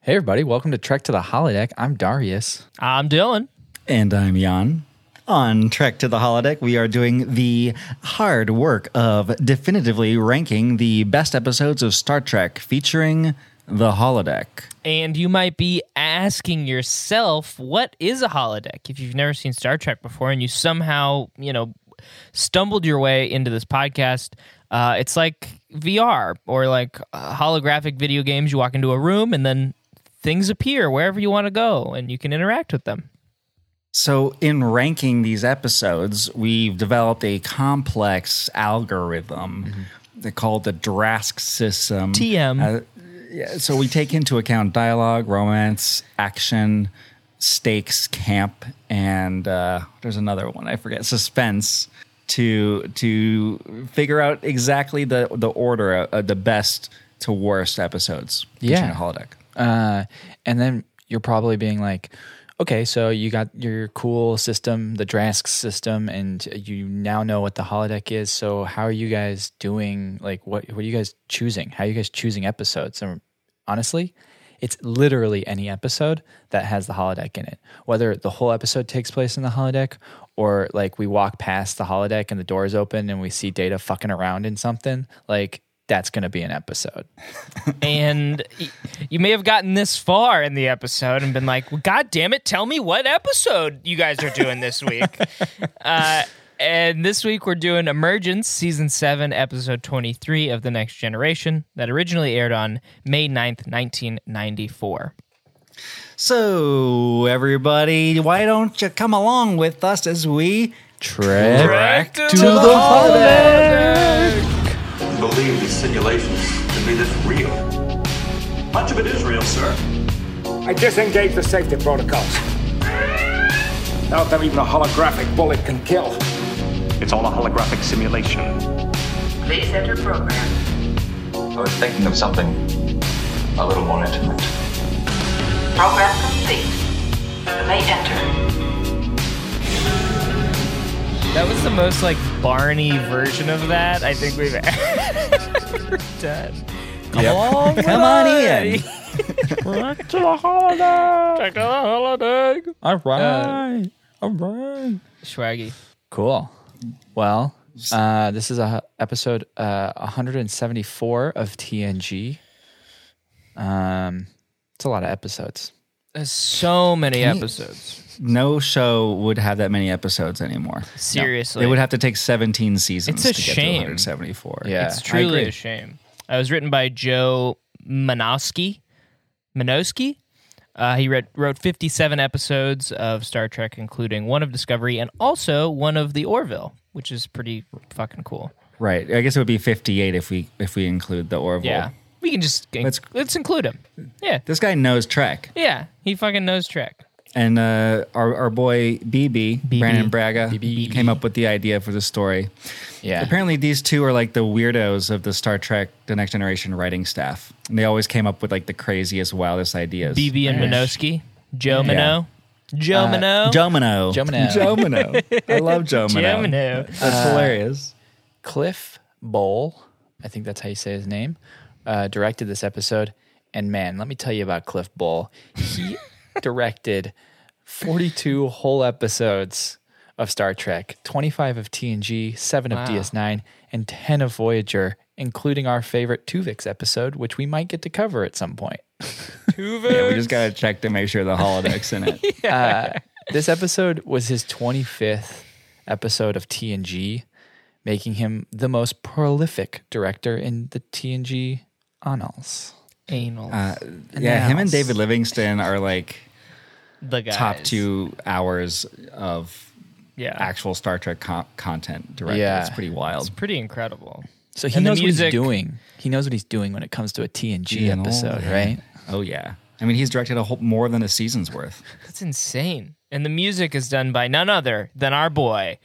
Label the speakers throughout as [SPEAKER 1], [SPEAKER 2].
[SPEAKER 1] Hey, everybody, welcome to Trek to the Holodeck. I'm Darius.
[SPEAKER 2] I'm Dylan.
[SPEAKER 3] And I'm Jan. On Trek to the Holodeck, we are doing the hard work of definitively ranking the best episodes of Star Trek featuring the holodeck.
[SPEAKER 2] And you might be asking yourself, what is a holodeck? If you've never seen Star Trek before and you somehow, you know, stumbled your way into this podcast, uh, it's like VR or like uh, holographic video games. You walk into a room and then things appear wherever you want to go and you can interact with them.
[SPEAKER 3] So, in ranking these episodes, we've developed a complex algorithm mm called the Drask system.
[SPEAKER 2] TM.
[SPEAKER 3] Uh, yeah, so we take into account dialogue, romance, action, stakes, camp, and uh, there's another one I forget. Suspense to to figure out exactly the the order, uh, the best to worst episodes. featuring
[SPEAKER 1] Yeah.
[SPEAKER 3] a holodeck.
[SPEAKER 1] Uh, and then you're probably being like, okay, so you got your cool system, the Drask system, and you now know what the holodeck is. So how are you guys doing? Like, what, what are you guys choosing? How are you guys choosing episodes? And honestly, it's literally any episode that has the holodeck in it. Whether the whole episode takes place in the holodeck or like we walk past the holodeck and the doors open and we see data fucking around in something, like that's going to be an episode.
[SPEAKER 2] and y- you may have gotten this far in the episode and been like, well, "God damn it, tell me what episode you guys are doing this week." uh, and this week we're doing Emergence, season seven, episode twenty-three of the Next Generation, that originally aired on May 9th, nineteen ninety-four.
[SPEAKER 3] So, everybody, why don't you come along with us as we
[SPEAKER 1] Trek
[SPEAKER 2] to the
[SPEAKER 4] believe these simulations to be this real. Much of it is real, sir.
[SPEAKER 5] I disengage the safety protocols. Not that even a holographic bullet can kill.
[SPEAKER 6] It's all a holographic simulation.
[SPEAKER 7] Please enter program.
[SPEAKER 8] I was thinking of something a little more intimate.
[SPEAKER 7] Program complete. You may enter.
[SPEAKER 2] That was the most like Barney version of that I think we've ever done. Come on,
[SPEAKER 3] come on in?
[SPEAKER 2] Check out the holiday.
[SPEAKER 1] All right. All right.
[SPEAKER 2] Swaggy.
[SPEAKER 1] Cool. Well, uh, this is a episode uh, 174 of TNG. Um, it's a lot of episodes.
[SPEAKER 2] There's so many episodes.
[SPEAKER 3] No show would have that many episodes anymore.
[SPEAKER 2] Seriously.
[SPEAKER 3] They would have to take 17 seasons
[SPEAKER 2] It's a
[SPEAKER 3] to get
[SPEAKER 2] shame.
[SPEAKER 3] to 174.
[SPEAKER 1] Yeah.
[SPEAKER 2] it's
[SPEAKER 1] I
[SPEAKER 2] truly
[SPEAKER 1] agree.
[SPEAKER 2] a shame. Uh, It was written by Joe Manosky. Manosky? Uh, he read, wrote 57 episodes of Star Trek, including one of Discovery and also one of The Orville, which is pretty fucking cool.
[SPEAKER 3] Right. I guess it would be 58 if we if we include the Orville.
[SPEAKER 2] Yeah. We can just let's,
[SPEAKER 3] Let's-
[SPEAKER 2] let's include him. Yeah.
[SPEAKER 3] This guy knows Trek.
[SPEAKER 2] Yeah. He fucking knows Trek.
[SPEAKER 3] And uh, our, our boy BB,
[SPEAKER 2] BB.
[SPEAKER 3] Brandon Braga,
[SPEAKER 1] BB.
[SPEAKER 3] came up with the idea for the story.
[SPEAKER 1] Yeah.
[SPEAKER 3] Apparently, these two are like the weirdos of the Star Trek The Next Generation writing staff. And they always came up with like the craziest, wildest ideas.
[SPEAKER 2] BB and Manosky. Joe Mano. Joe Mano.
[SPEAKER 3] Jomino.
[SPEAKER 1] Jomino.
[SPEAKER 3] Jomino. I love Jomino.
[SPEAKER 2] Jomino.
[SPEAKER 3] That's hilarious.
[SPEAKER 1] Cliff Bowl, I think that's how you say his name, uh, directed this episode. And man, let me tell you about Cliff Bowl. He directed 42 whole episodes of Star Trek, 25 of TNG, 7 of DS9, and 10 of Voyager, including our favorite Tuvix episode, which we might get to cover at some point.
[SPEAKER 3] Yeah, we just got to check to make sure the holodeck's in it.
[SPEAKER 1] this episode was his 25th episode of TNG, making him the most prolific director in the TNG annals.
[SPEAKER 2] Anal.
[SPEAKER 3] Uh, Yeah, him
[SPEAKER 1] else.
[SPEAKER 3] and David Livingston are like
[SPEAKER 2] the guys.
[SPEAKER 3] top two hours of
[SPEAKER 2] Yeah.
[SPEAKER 3] actual Star Trek co- content directed.
[SPEAKER 1] Yeah.
[SPEAKER 3] It's pretty wild.
[SPEAKER 2] Pretty incredible.
[SPEAKER 1] So he
[SPEAKER 2] And the
[SPEAKER 1] knows what he's
[SPEAKER 2] music-
[SPEAKER 1] doing. He knows what he's doing when it comes to a TNG
[SPEAKER 3] You know,
[SPEAKER 1] episode,
[SPEAKER 3] yeah.
[SPEAKER 1] right?
[SPEAKER 3] Oh yeah. I mean, he's directed a whole more than a season's worth.
[SPEAKER 2] That's insane. And the music is done by none other than our boy.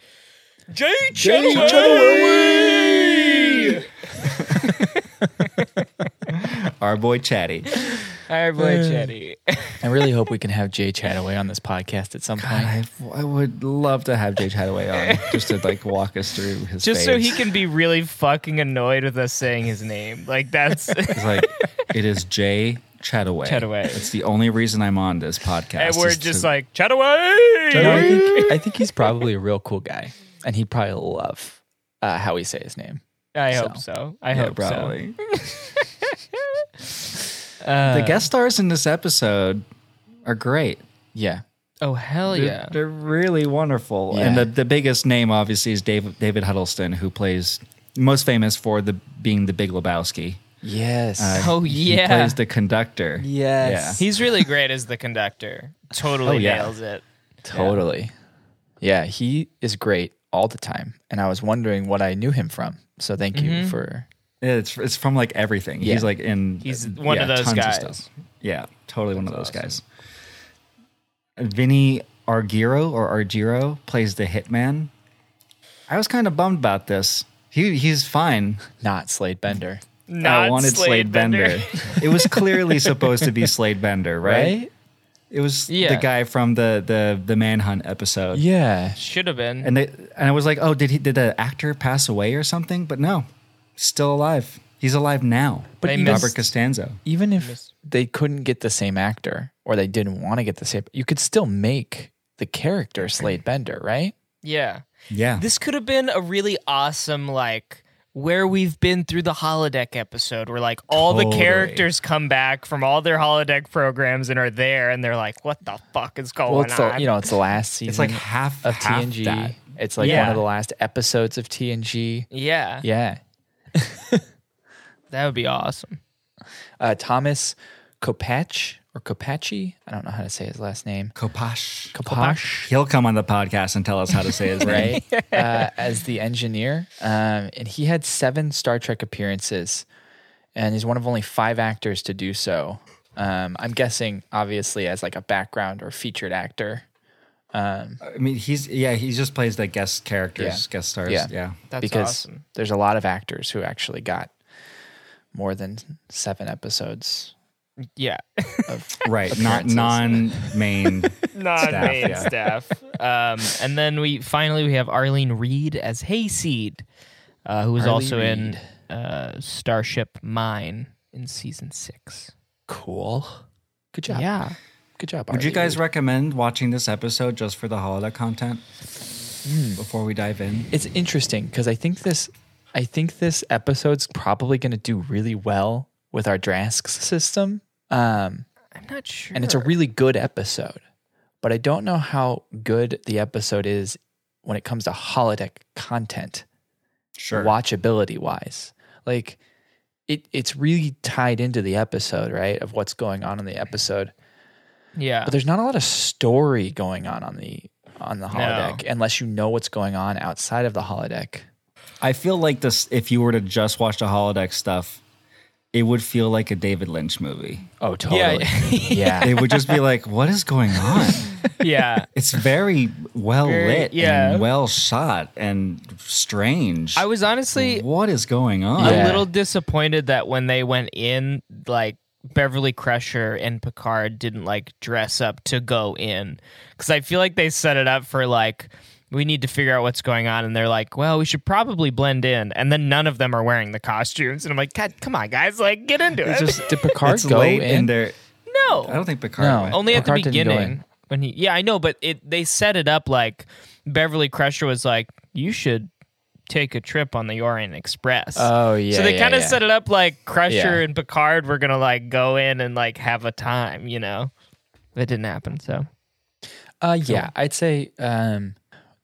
[SPEAKER 2] Jay
[SPEAKER 3] Our boy Chatty.
[SPEAKER 2] Our boy Chetty.
[SPEAKER 1] I really hope we can have Jay Chataway on this podcast at some point.
[SPEAKER 3] I, I would love to have Jay Chataway on just to like walk us through his
[SPEAKER 2] Just so
[SPEAKER 3] phase.
[SPEAKER 2] he can be really fucking annoyed with us saying his name. Like that's
[SPEAKER 3] He's like, it is Jay Chat away.
[SPEAKER 2] Chat away.
[SPEAKER 3] It's the only reason I'm on this podcast.
[SPEAKER 2] and we're
[SPEAKER 3] is
[SPEAKER 2] just
[SPEAKER 3] to-
[SPEAKER 2] like chat away.
[SPEAKER 1] No, I, think, I think he's probably a real cool guy, and he'd probably love uh, how we say his name.
[SPEAKER 2] I
[SPEAKER 1] So.
[SPEAKER 2] hope so. I
[SPEAKER 3] Yeah,
[SPEAKER 2] hope so.
[SPEAKER 3] probably.
[SPEAKER 2] Uh,
[SPEAKER 3] the guest stars in this episode are great.
[SPEAKER 1] Yeah,
[SPEAKER 2] Oh hell
[SPEAKER 3] They're,
[SPEAKER 2] yeah!
[SPEAKER 3] they're really wonderful.
[SPEAKER 1] Yeah.
[SPEAKER 3] And the, the biggest name, obviously, is David, David Huddleston, who plays most famous for the being the Big Lebowski.
[SPEAKER 1] yes,
[SPEAKER 3] Uh,
[SPEAKER 2] Oh, yeah.
[SPEAKER 3] he plays the conductor.
[SPEAKER 1] Yes.
[SPEAKER 2] He's really great as the conductor. Totally
[SPEAKER 3] Oh, yeah.
[SPEAKER 2] nails it.
[SPEAKER 1] totally. Yeah. he is great all the time, and I was wondering what I knew him from. So thank
[SPEAKER 3] Mm-hmm.
[SPEAKER 1] you for
[SPEAKER 3] Yeah, it's it's from like everything.
[SPEAKER 1] Yeah.
[SPEAKER 3] He's like in. uh,
[SPEAKER 2] He's one of those
[SPEAKER 3] tons
[SPEAKER 2] guys.
[SPEAKER 3] stuff. Yeah, totally one of those guys. Vinny Argiro or Argiro plays the hitman. I was kind of bummed about this. He he's fine.
[SPEAKER 1] not Slade Bender,
[SPEAKER 2] Not
[SPEAKER 3] I wanted
[SPEAKER 2] Slade Bender.
[SPEAKER 3] it was clearly supposed to be Slade Bender, right?
[SPEAKER 1] right?
[SPEAKER 3] It was
[SPEAKER 2] Yeah.
[SPEAKER 3] the guy from the the the Manhunt episode.
[SPEAKER 1] Yeah,
[SPEAKER 2] Should have been.
[SPEAKER 3] And they and I was like, "Oh, did he did the actor pass away or something?" But no. Still alive. He's alive now.
[SPEAKER 1] But
[SPEAKER 2] They
[SPEAKER 1] even-
[SPEAKER 2] missed-
[SPEAKER 3] Robert Costanzo.
[SPEAKER 1] even if they couldn't get the same actor or they didn't want to get the same, you could still make the character Slade Bender, right?
[SPEAKER 2] yeah.
[SPEAKER 3] Yeah.
[SPEAKER 2] This could have been a really awesome like where we've been through the holodeck episode where like all the
[SPEAKER 3] Totally.
[SPEAKER 2] characters come back from all their holodeck programs and are there and they're like what the fuck is going
[SPEAKER 1] Well, it's
[SPEAKER 2] on
[SPEAKER 1] the you know it's the last season.
[SPEAKER 3] it's like half
[SPEAKER 1] of
[SPEAKER 3] half
[SPEAKER 1] TNG.
[SPEAKER 3] that.
[SPEAKER 1] It's like one
[SPEAKER 2] Yeah.
[SPEAKER 1] of the last episodes of TNG.
[SPEAKER 2] yeah,
[SPEAKER 1] Yeah.
[SPEAKER 2] that would be awesome
[SPEAKER 1] Uh, Thomas Kopach or Kopachi. I don't know how to say his last name.
[SPEAKER 3] Kopash.
[SPEAKER 1] Kopach,
[SPEAKER 3] He'll come on the podcast and tell us how to say his name.
[SPEAKER 1] right? uh, as the engineer. Um, and he had seven Star Trek appearances, and he's one of only five actors to do so. Um, I'm guessing, obviously, as like a background or featured actor.
[SPEAKER 3] I mean, he's yeah, he just plays the guest characters,
[SPEAKER 1] Yeah.
[SPEAKER 3] guest stars.
[SPEAKER 1] Yeah.
[SPEAKER 3] Yeah.
[SPEAKER 2] that's
[SPEAKER 1] because
[SPEAKER 2] awesome
[SPEAKER 1] there's a lot of actors who actually got more than seven episodes.
[SPEAKER 2] yeah
[SPEAKER 3] Right. Not
[SPEAKER 1] Appearances.
[SPEAKER 3] non-main.
[SPEAKER 2] non-main
[SPEAKER 3] yeah.
[SPEAKER 2] staff. Um, and then we finally we have Arlene Reed as Hayseed, uh, who was
[SPEAKER 1] Arlene
[SPEAKER 2] also in
[SPEAKER 1] Reed.
[SPEAKER 2] uh, Starship Mine in season six.
[SPEAKER 1] Cool. Good job.
[SPEAKER 2] Yeah.
[SPEAKER 1] Good job.
[SPEAKER 3] Would you
[SPEAKER 1] Arlie.
[SPEAKER 3] guys recommend watching this episode just for the holodeck content before we dive in?
[SPEAKER 1] it's interesting because I think this I think this episode's probably going to do really well with our Drask system. Um,
[SPEAKER 2] I'm not sure.
[SPEAKER 1] and it's a really good episode. But I don't know how good the episode is when it comes to holodeck content
[SPEAKER 3] Sure.
[SPEAKER 1] watchability wise. Like it it's really tied into the episode, right? Of what's going on in the episode.
[SPEAKER 2] yeah.
[SPEAKER 1] But there's not a lot of story going on on the on the holodeck unless you know what's going on outside of the holodeck.
[SPEAKER 3] I feel like this. If you were to just watch the holodeck stuff, it would feel like a David Lynch movie.
[SPEAKER 1] Oh, totally. Yeah.
[SPEAKER 3] It would just be like, what is going on?
[SPEAKER 2] yeah.
[SPEAKER 3] It's very well
[SPEAKER 2] Very-
[SPEAKER 3] lit
[SPEAKER 2] yeah.
[SPEAKER 3] and well shot and strange.
[SPEAKER 2] I was honestly
[SPEAKER 3] what is going on?
[SPEAKER 1] Yeah.
[SPEAKER 2] a little disappointed that when they went in, like Beverly Crusher and Picard didn't like dress up to go in because I feel like they set it up for like we need to figure out what's going on, and they're like, well, we should probably blend in, and then none of them are wearing the costumes, and I'm like, God, come on, guys, like get into it.
[SPEAKER 1] Just, did Picard
[SPEAKER 3] it's
[SPEAKER 1] go
[SPEAKER 3] late
[SPEAKER 1] in?
[SPEAKER 3] in there.
[SPEAKER 2] no,
[SPEAKER 3] I don't think Picard.
[SPEAKER 1] No.
[SPEAKER 3] went.
[SPEAKER 2] only at the
[SPEAKER 1] Picard didn't go
[SPEAKER 2] beginning
[SPEAKER 1] in.
[SPEAKER 2] when he yeah i know but it they set it up like beverly crusher was like you should take a trip on the orient express
[SPEAKER 1] Oh, yeah,
[SPEAKER 2] so they
[SPEAKER 1] yeah,
[SPEAKER 2] kind of
[SPEAKER 1] yeah.
[SPEAKER 2] set it up like crusher
[SPEAKER 1] Yeah.
[SPEAKER 2] and picard were gonna like go in and like have a time you know it didn't happen so
[SPEAKER 1] Uh, yeah, I'd say um,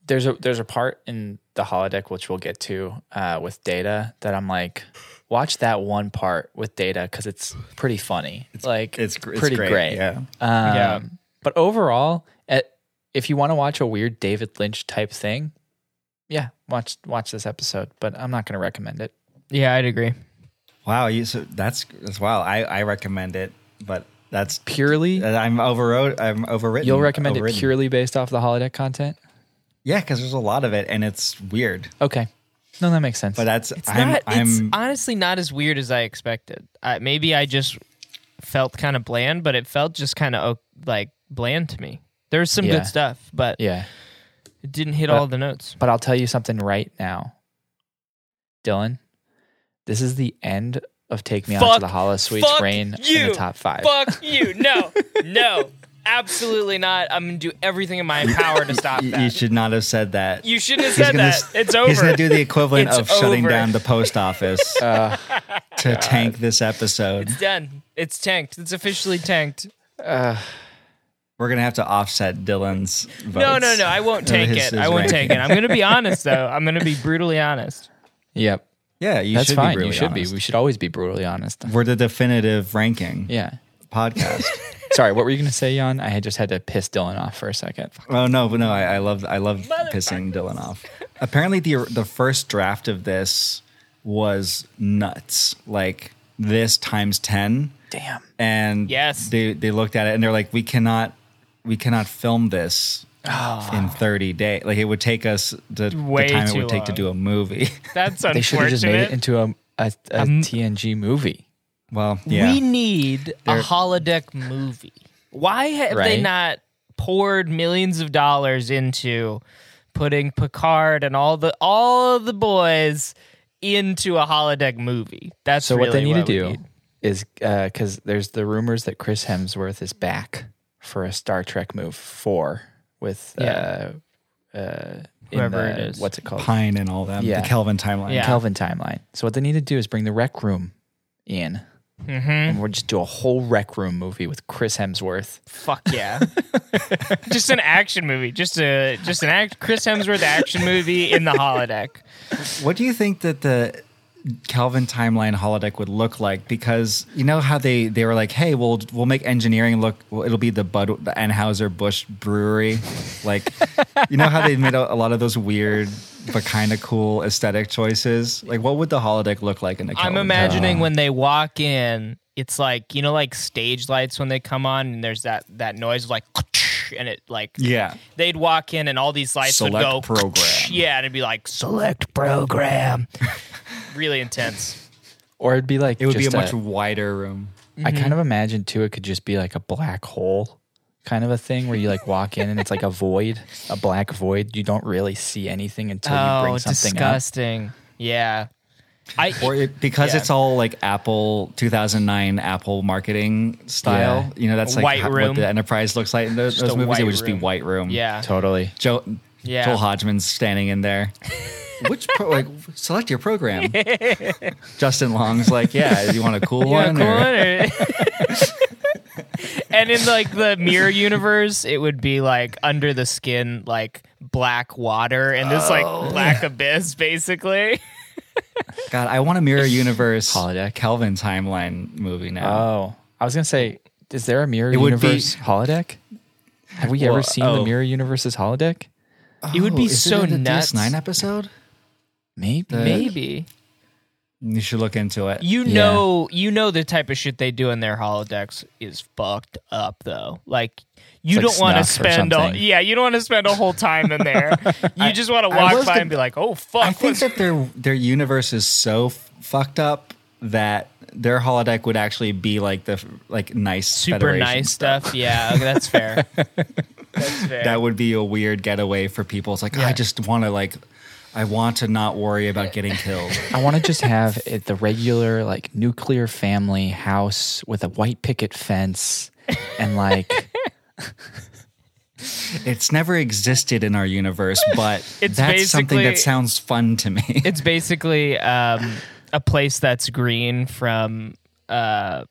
[SPEAKER 1] there's a there's a part in the holodeck which we'll get to uh, with Data that I'm like, watch that one part with Data because it's pretty funny. It's, like
[SPEAKER 3] it's gr- it's
[SPEAKER 1] pretty
[SPEAKER 3] great,
[SPEAKER 1] great.
[SPEAKER 3] yeah.
[SPEAKER 1] Um,
[SPEAKER 2] Yeah.
[SPEAKER 1] But overall, at, if you want to watch a weird David Lynch type thing, yeah, watch watch this episode. But I'm not going to recommend it.
[SPEAKER 2] yeah i'd agree
[SPEAKER 3] Wow, you so that's that's wow. I I recommend it, but that's uh,
[SPEAKER 1] Purely,
[SPEAKER 3] I'm overrode. I'm overwritten.
[SPEAKER 1] you'll recommend it
[SPEAKER 3] overridden.
[SPEAKER 1] purely based off the holodeck content.
[SPEAKER 3] Yeah, because there's a lot of it, and it's weird.
[SPEAKER 1] Okay, no, that makes sense.
[SPEAKER 3] But that's
[SPEAKER 2] it's
[SPEAKER 3] I'm
[SPEAKER 2] not it's
[SPEAKER 3] I'm
[SPEAKER 2] honestly not as weird as i expected uh, maybe i just felt kind of bland but it felt just kind of like bland to me there's some
[SPEAKER 1] Yeah.
[SPEAKER 2] good stuff but
[SPEAKER 1] yeah. Uh,
[SPEAKER 2] it didn't hit
[SPEAKER 1] But-
[SPEAKER 2] all the notes
[SPEAKER 1] But I'll tell you something right now, Dylan. This is the end of "Take Me
[SPEAKER 2] fuck,
[SPEAKER 1] Out to the Hollow Suites"
[SPEAKER 2] fuck
[SPEAKER 1] reign
[SPEAKER 2] you.
[SPEAKER 1] in the top five.
[SPEAKER 2] Fuck you. No, no, absolutely not. I'm going to do everything in my power to stop
[SPEAKER 3] You,
[SPEAKER 2] that.
[SPEAKER 3] you should not have said that.
[SPEAKER 2] You shouldn't have
[SPEAKER 3] He's
[SPEAKER 2] said
[SPEAKER 3] gonna
[SPEAKER 2] that.
[SPEAKER 3] s-
[SPEAKER 2] It's over.
[SPEAKER 3] He's going to do the equivalent
[SPEAKER 2] It's
[SPEAKER 3] of shutting
[SPEAKER 2] over.
[SPEAKER 3] down the post office
[SPEAKER 1] Uh,
[SPEAKER 3] to tank this episode.
[SPEAKER 2] It's done. It's tanked. It's officially tanked.
[SPEAKER 3] We're going to have to offset Dylan's votes.
[SPEAKER 2] No, no, no. I won't take
[SPEAKER 3] His-
[SPEAKER 2] it.
[SPEAKER 3] his
[SPEAKER 2] I won't
[SPEAKER 3] ranking.
[SPEAKER 2] take it. I'm going to be honest, though. I'm going to be brutally honest.
[SPEAKER 1] Yep,
[SPEAKER 3] Yeah, you
[SPEAKER 1] that's
[SPEAKER 3] should
[SPEAKER 1] fine.
[SPEAKER 3] be. brutally
[SPEAKER 1] you should
[SPEAKER 3] honest.
[SPEAKER 1] be. We should always be brutally honest.
[SPEAKER 3] We're the definitive ranking
[SPEAKER 1] Yeah.
[SPEAKER 3] podcast.
[SPEAKER 1] Sorry, what were you gonna say, Jan? I had just had to piss Dylan off for a second.
[SPEAKER 3] Oh no, but no, I, I love I love pissing Dylan off. Apparently, the the first draft of this was nuts. Like this times ten,
[SPEAKER 1] Damn.
[SPEAKER 3] and
[SPEAKER 2] Yes.
[SPEAKER 3] they they looked at it and they're like, we cannot we cannot film this. In thirty days, like it would take us the, the
[SPEAKER 2] Ah. Way
[SPEAKER 3] time it
[SPEAKER 2] too
[SPEAKER 3] would take to
[SPEAKER 2] long.
[SPEAKER 3] do a movie.
[SPEAKER 2] That's
[SPEAKER 1] They should have
[SPEAKER 2] unfortunate.
[SPEAKER 1] just made it into a a, a
[SPEAKER 2] Um,
[SPEAKER 1] TNG movie.
[SPEAKER 3] Well, yeah,
[SPEAKER 2] We need a
[SPEAKER 3] They're-
[SPEAKER 2] holodeck movie. Why have they
[SPEAKER 1] Right?
[SPEAKER 2] not poured millions of dollars into putting Picard and all the all of the boys into a holodeck movie? That's
[SPEAKER 1] So what they
[SPEAKER 2] really
[SPEAKER 1] need to
[SPEAKER 2] we
[SPEAKER 1] do is because there's the rumors that Chris Hemsworth is back for a Star Trek move four with
[SPEAKER 2] Yeah.
[SPEAKER 1] uh, uh, in
[SPEAKER 2] Whoever
[SPEAKER 1] the-
[SPEAKER 2] it is.
[SPEAKER 1] What's it called?
[SPEAKER 3] Pine and all that.
[SPEAKER 1] Yeah.
[SPEAKER 3] The Kelvin timeline.
[SPEAKER 2] Yeah.
[SPEAKER 1] Kelvin timeline. So what they need to do is bring the Rec Room in,
[SPEAKER 2] Mhm.
[SPEAKER 3] Mm-hmm.
[SPEAKER 1] and we'll just do a whole Rec Room movie with Chris Hemsworth.
[SPEAKER 2] Fuck yeah! just an action movie. Just a just an act. Chris Hemsworth action movie in the holodeck.
[SPEAKER 3] What do you think that the Calvin timeline holodeck would look like? Because you know how they they were like, "Hey, we'll we'll make engineering look. Well, it'll be the Bud the Anheuser Busch Brewery." Like, you know how they made a, a lot of those weird but kind of cool aesthetic choices. Like, what would the holodeck look like in the? Kelvin
[SPEAKER 2] I'm imagining when they walk in, it's like you know, like stage lights when they come on, and there's that that noise of like, and it like
[SPEAKER 3] timeline? Yeah,
[SPEAKER 2] they'd walk in and all these lights would
[SPEAKER 3] Select
[SPEAKER 2] go
[SPEAKER 3] program.
[SPEAKER 2] Yeah, and it'd be like select program. really intense.
[SPEAKER 1] Or it'd be like
[SPEAKER 3] it would
[SPEAKER 1] just
[SPEAKER 3] be a much mm-hmm. wider room.
[SPEAKER 1] I kind of imagine too. It could just be like a black hole, kind of a thing where you like walk in and it's like a void, a black void. You don't really see anything until you
[SPEAKER 2] Oh,
[SPEAKER 1] bring something
[SPEAKER 2] disgusting. Yeah. I
[SPEAKER 3] Or it, because
[SPEAKER 2] Yeah.
[SPEAKER 3] it's all like Apple 2009 Apple marketing style, you know that's like
[SPEAKER 2] White
[SPEAKER 3] ho-
[SPEAKER 2] room.
[SPEAKER 3] what the Enterprise looks like in those,
[SPEAKER 2] Just
[SPEAKER 3] those
[SPEAKER 2] a
[SPEAKER 3] movies. It
[SPEAKER 2] white
[SPEAKER 3] would just
[SPEAKER 2] room.
[SPEAKER 3] be white room.
[SPEAKER 2] yeah.
[SPEAKER 1] up. Totally.
[SPEAKER 3] Joe,
[SPEAKER 2] Yeah.
[SPEAKER 3] Joel Hodgman's standing in there. Which pro, like select your program? Justin Long's like, yeah, you want a cool
[SPEAKER 2] Yeah,
[SPEAKER 3] one?
[SPEAKER 2] cool
[SPEAKER 3] or-
[SPEAKER 2] one, or- and in like the mirror universe, it would be like under the skin, like black water and this like
[SPEAKER 3] Oh.
[SPEAKER 2] black abyss, basically.
[SPEAKER 3] God, I want a mirror universe
[SPEAKER 1] Holodeck.
[SPEAKER 3] Kelvin timeline movie
[SPEAKER 2] Uh,
[SPEAKER 3] now.
[SPEAKER 1] Oh, I was gonna say, is there a mirror
[SPEAKER 3] It would be-
[SPEAKER 1] universe holodeck? Have we ever
[SPEAKER 3] Well,
[SPEAKER 1] seen the
[SPEAKER 3] oh.
[SPEAKER 1] mirror universe's holodeck?
[SPEAKER 2] it would be
[SPEAKER 3] is
[SPEAKER 2] so
[SPEAKER 3] it in the
[SPEAKER 2] nuts.
[SPEAKER 3] DS9 episode.
[SPEAKER 1] Maybe.
[SPEAKER 2] Maybe
[SPEAKER 3] You should look into it.
[SPEAKER 2] you
[SPEAKER 1] Yeah.
[SPEAKER 2] know you know the type of shit they do in their holodecks is fucked up though. Like you
[SPEAKER 1] It's like
[SPEAKER 2] don't want to
[SPEAKER 1] snuff or
[SPEAKER 2] spend all
[SPEAKER 1] something.
[SPEAKER 2] yeah you don't want to spend a whole time in there. you just want to
[SPEAKER 3] I
[SPEAKER 2] walk
[SPEAKER 3] was
[SPEAKER 2] by
[SPEAKER 3] the-
[SPEAKER 2] and be like, oh fuck,
[SPEAKER 3] I think
[SPEAKER 2] what's
[SPEAKER 3] that their their universe is so f- fucked up that their holodeck would actually be like the f- like nice
[SPEAKER 2] super
[SPEAKER 3] Federation
[SPEAKER 2] nice stuff. Yeah, okay, that's fair. that's fair.
[SPEAKER 3] that would be a weird getaway for people. It's like I just want to like, I want to not worry about getting killed.
[SPEAKER 1] I want to just have it the regular like nuclear family house with a white picket fence and like
[SPEAKER 3] it's never existed in our universe, but
[SPEAKER 2] It's
[SPEAKER 3] that's something
[SPEAKER 2] basically-
[SPEAKER 3] that sounds fun to me.
[SPEAKER 2] it's basically um, a place that's green from uh,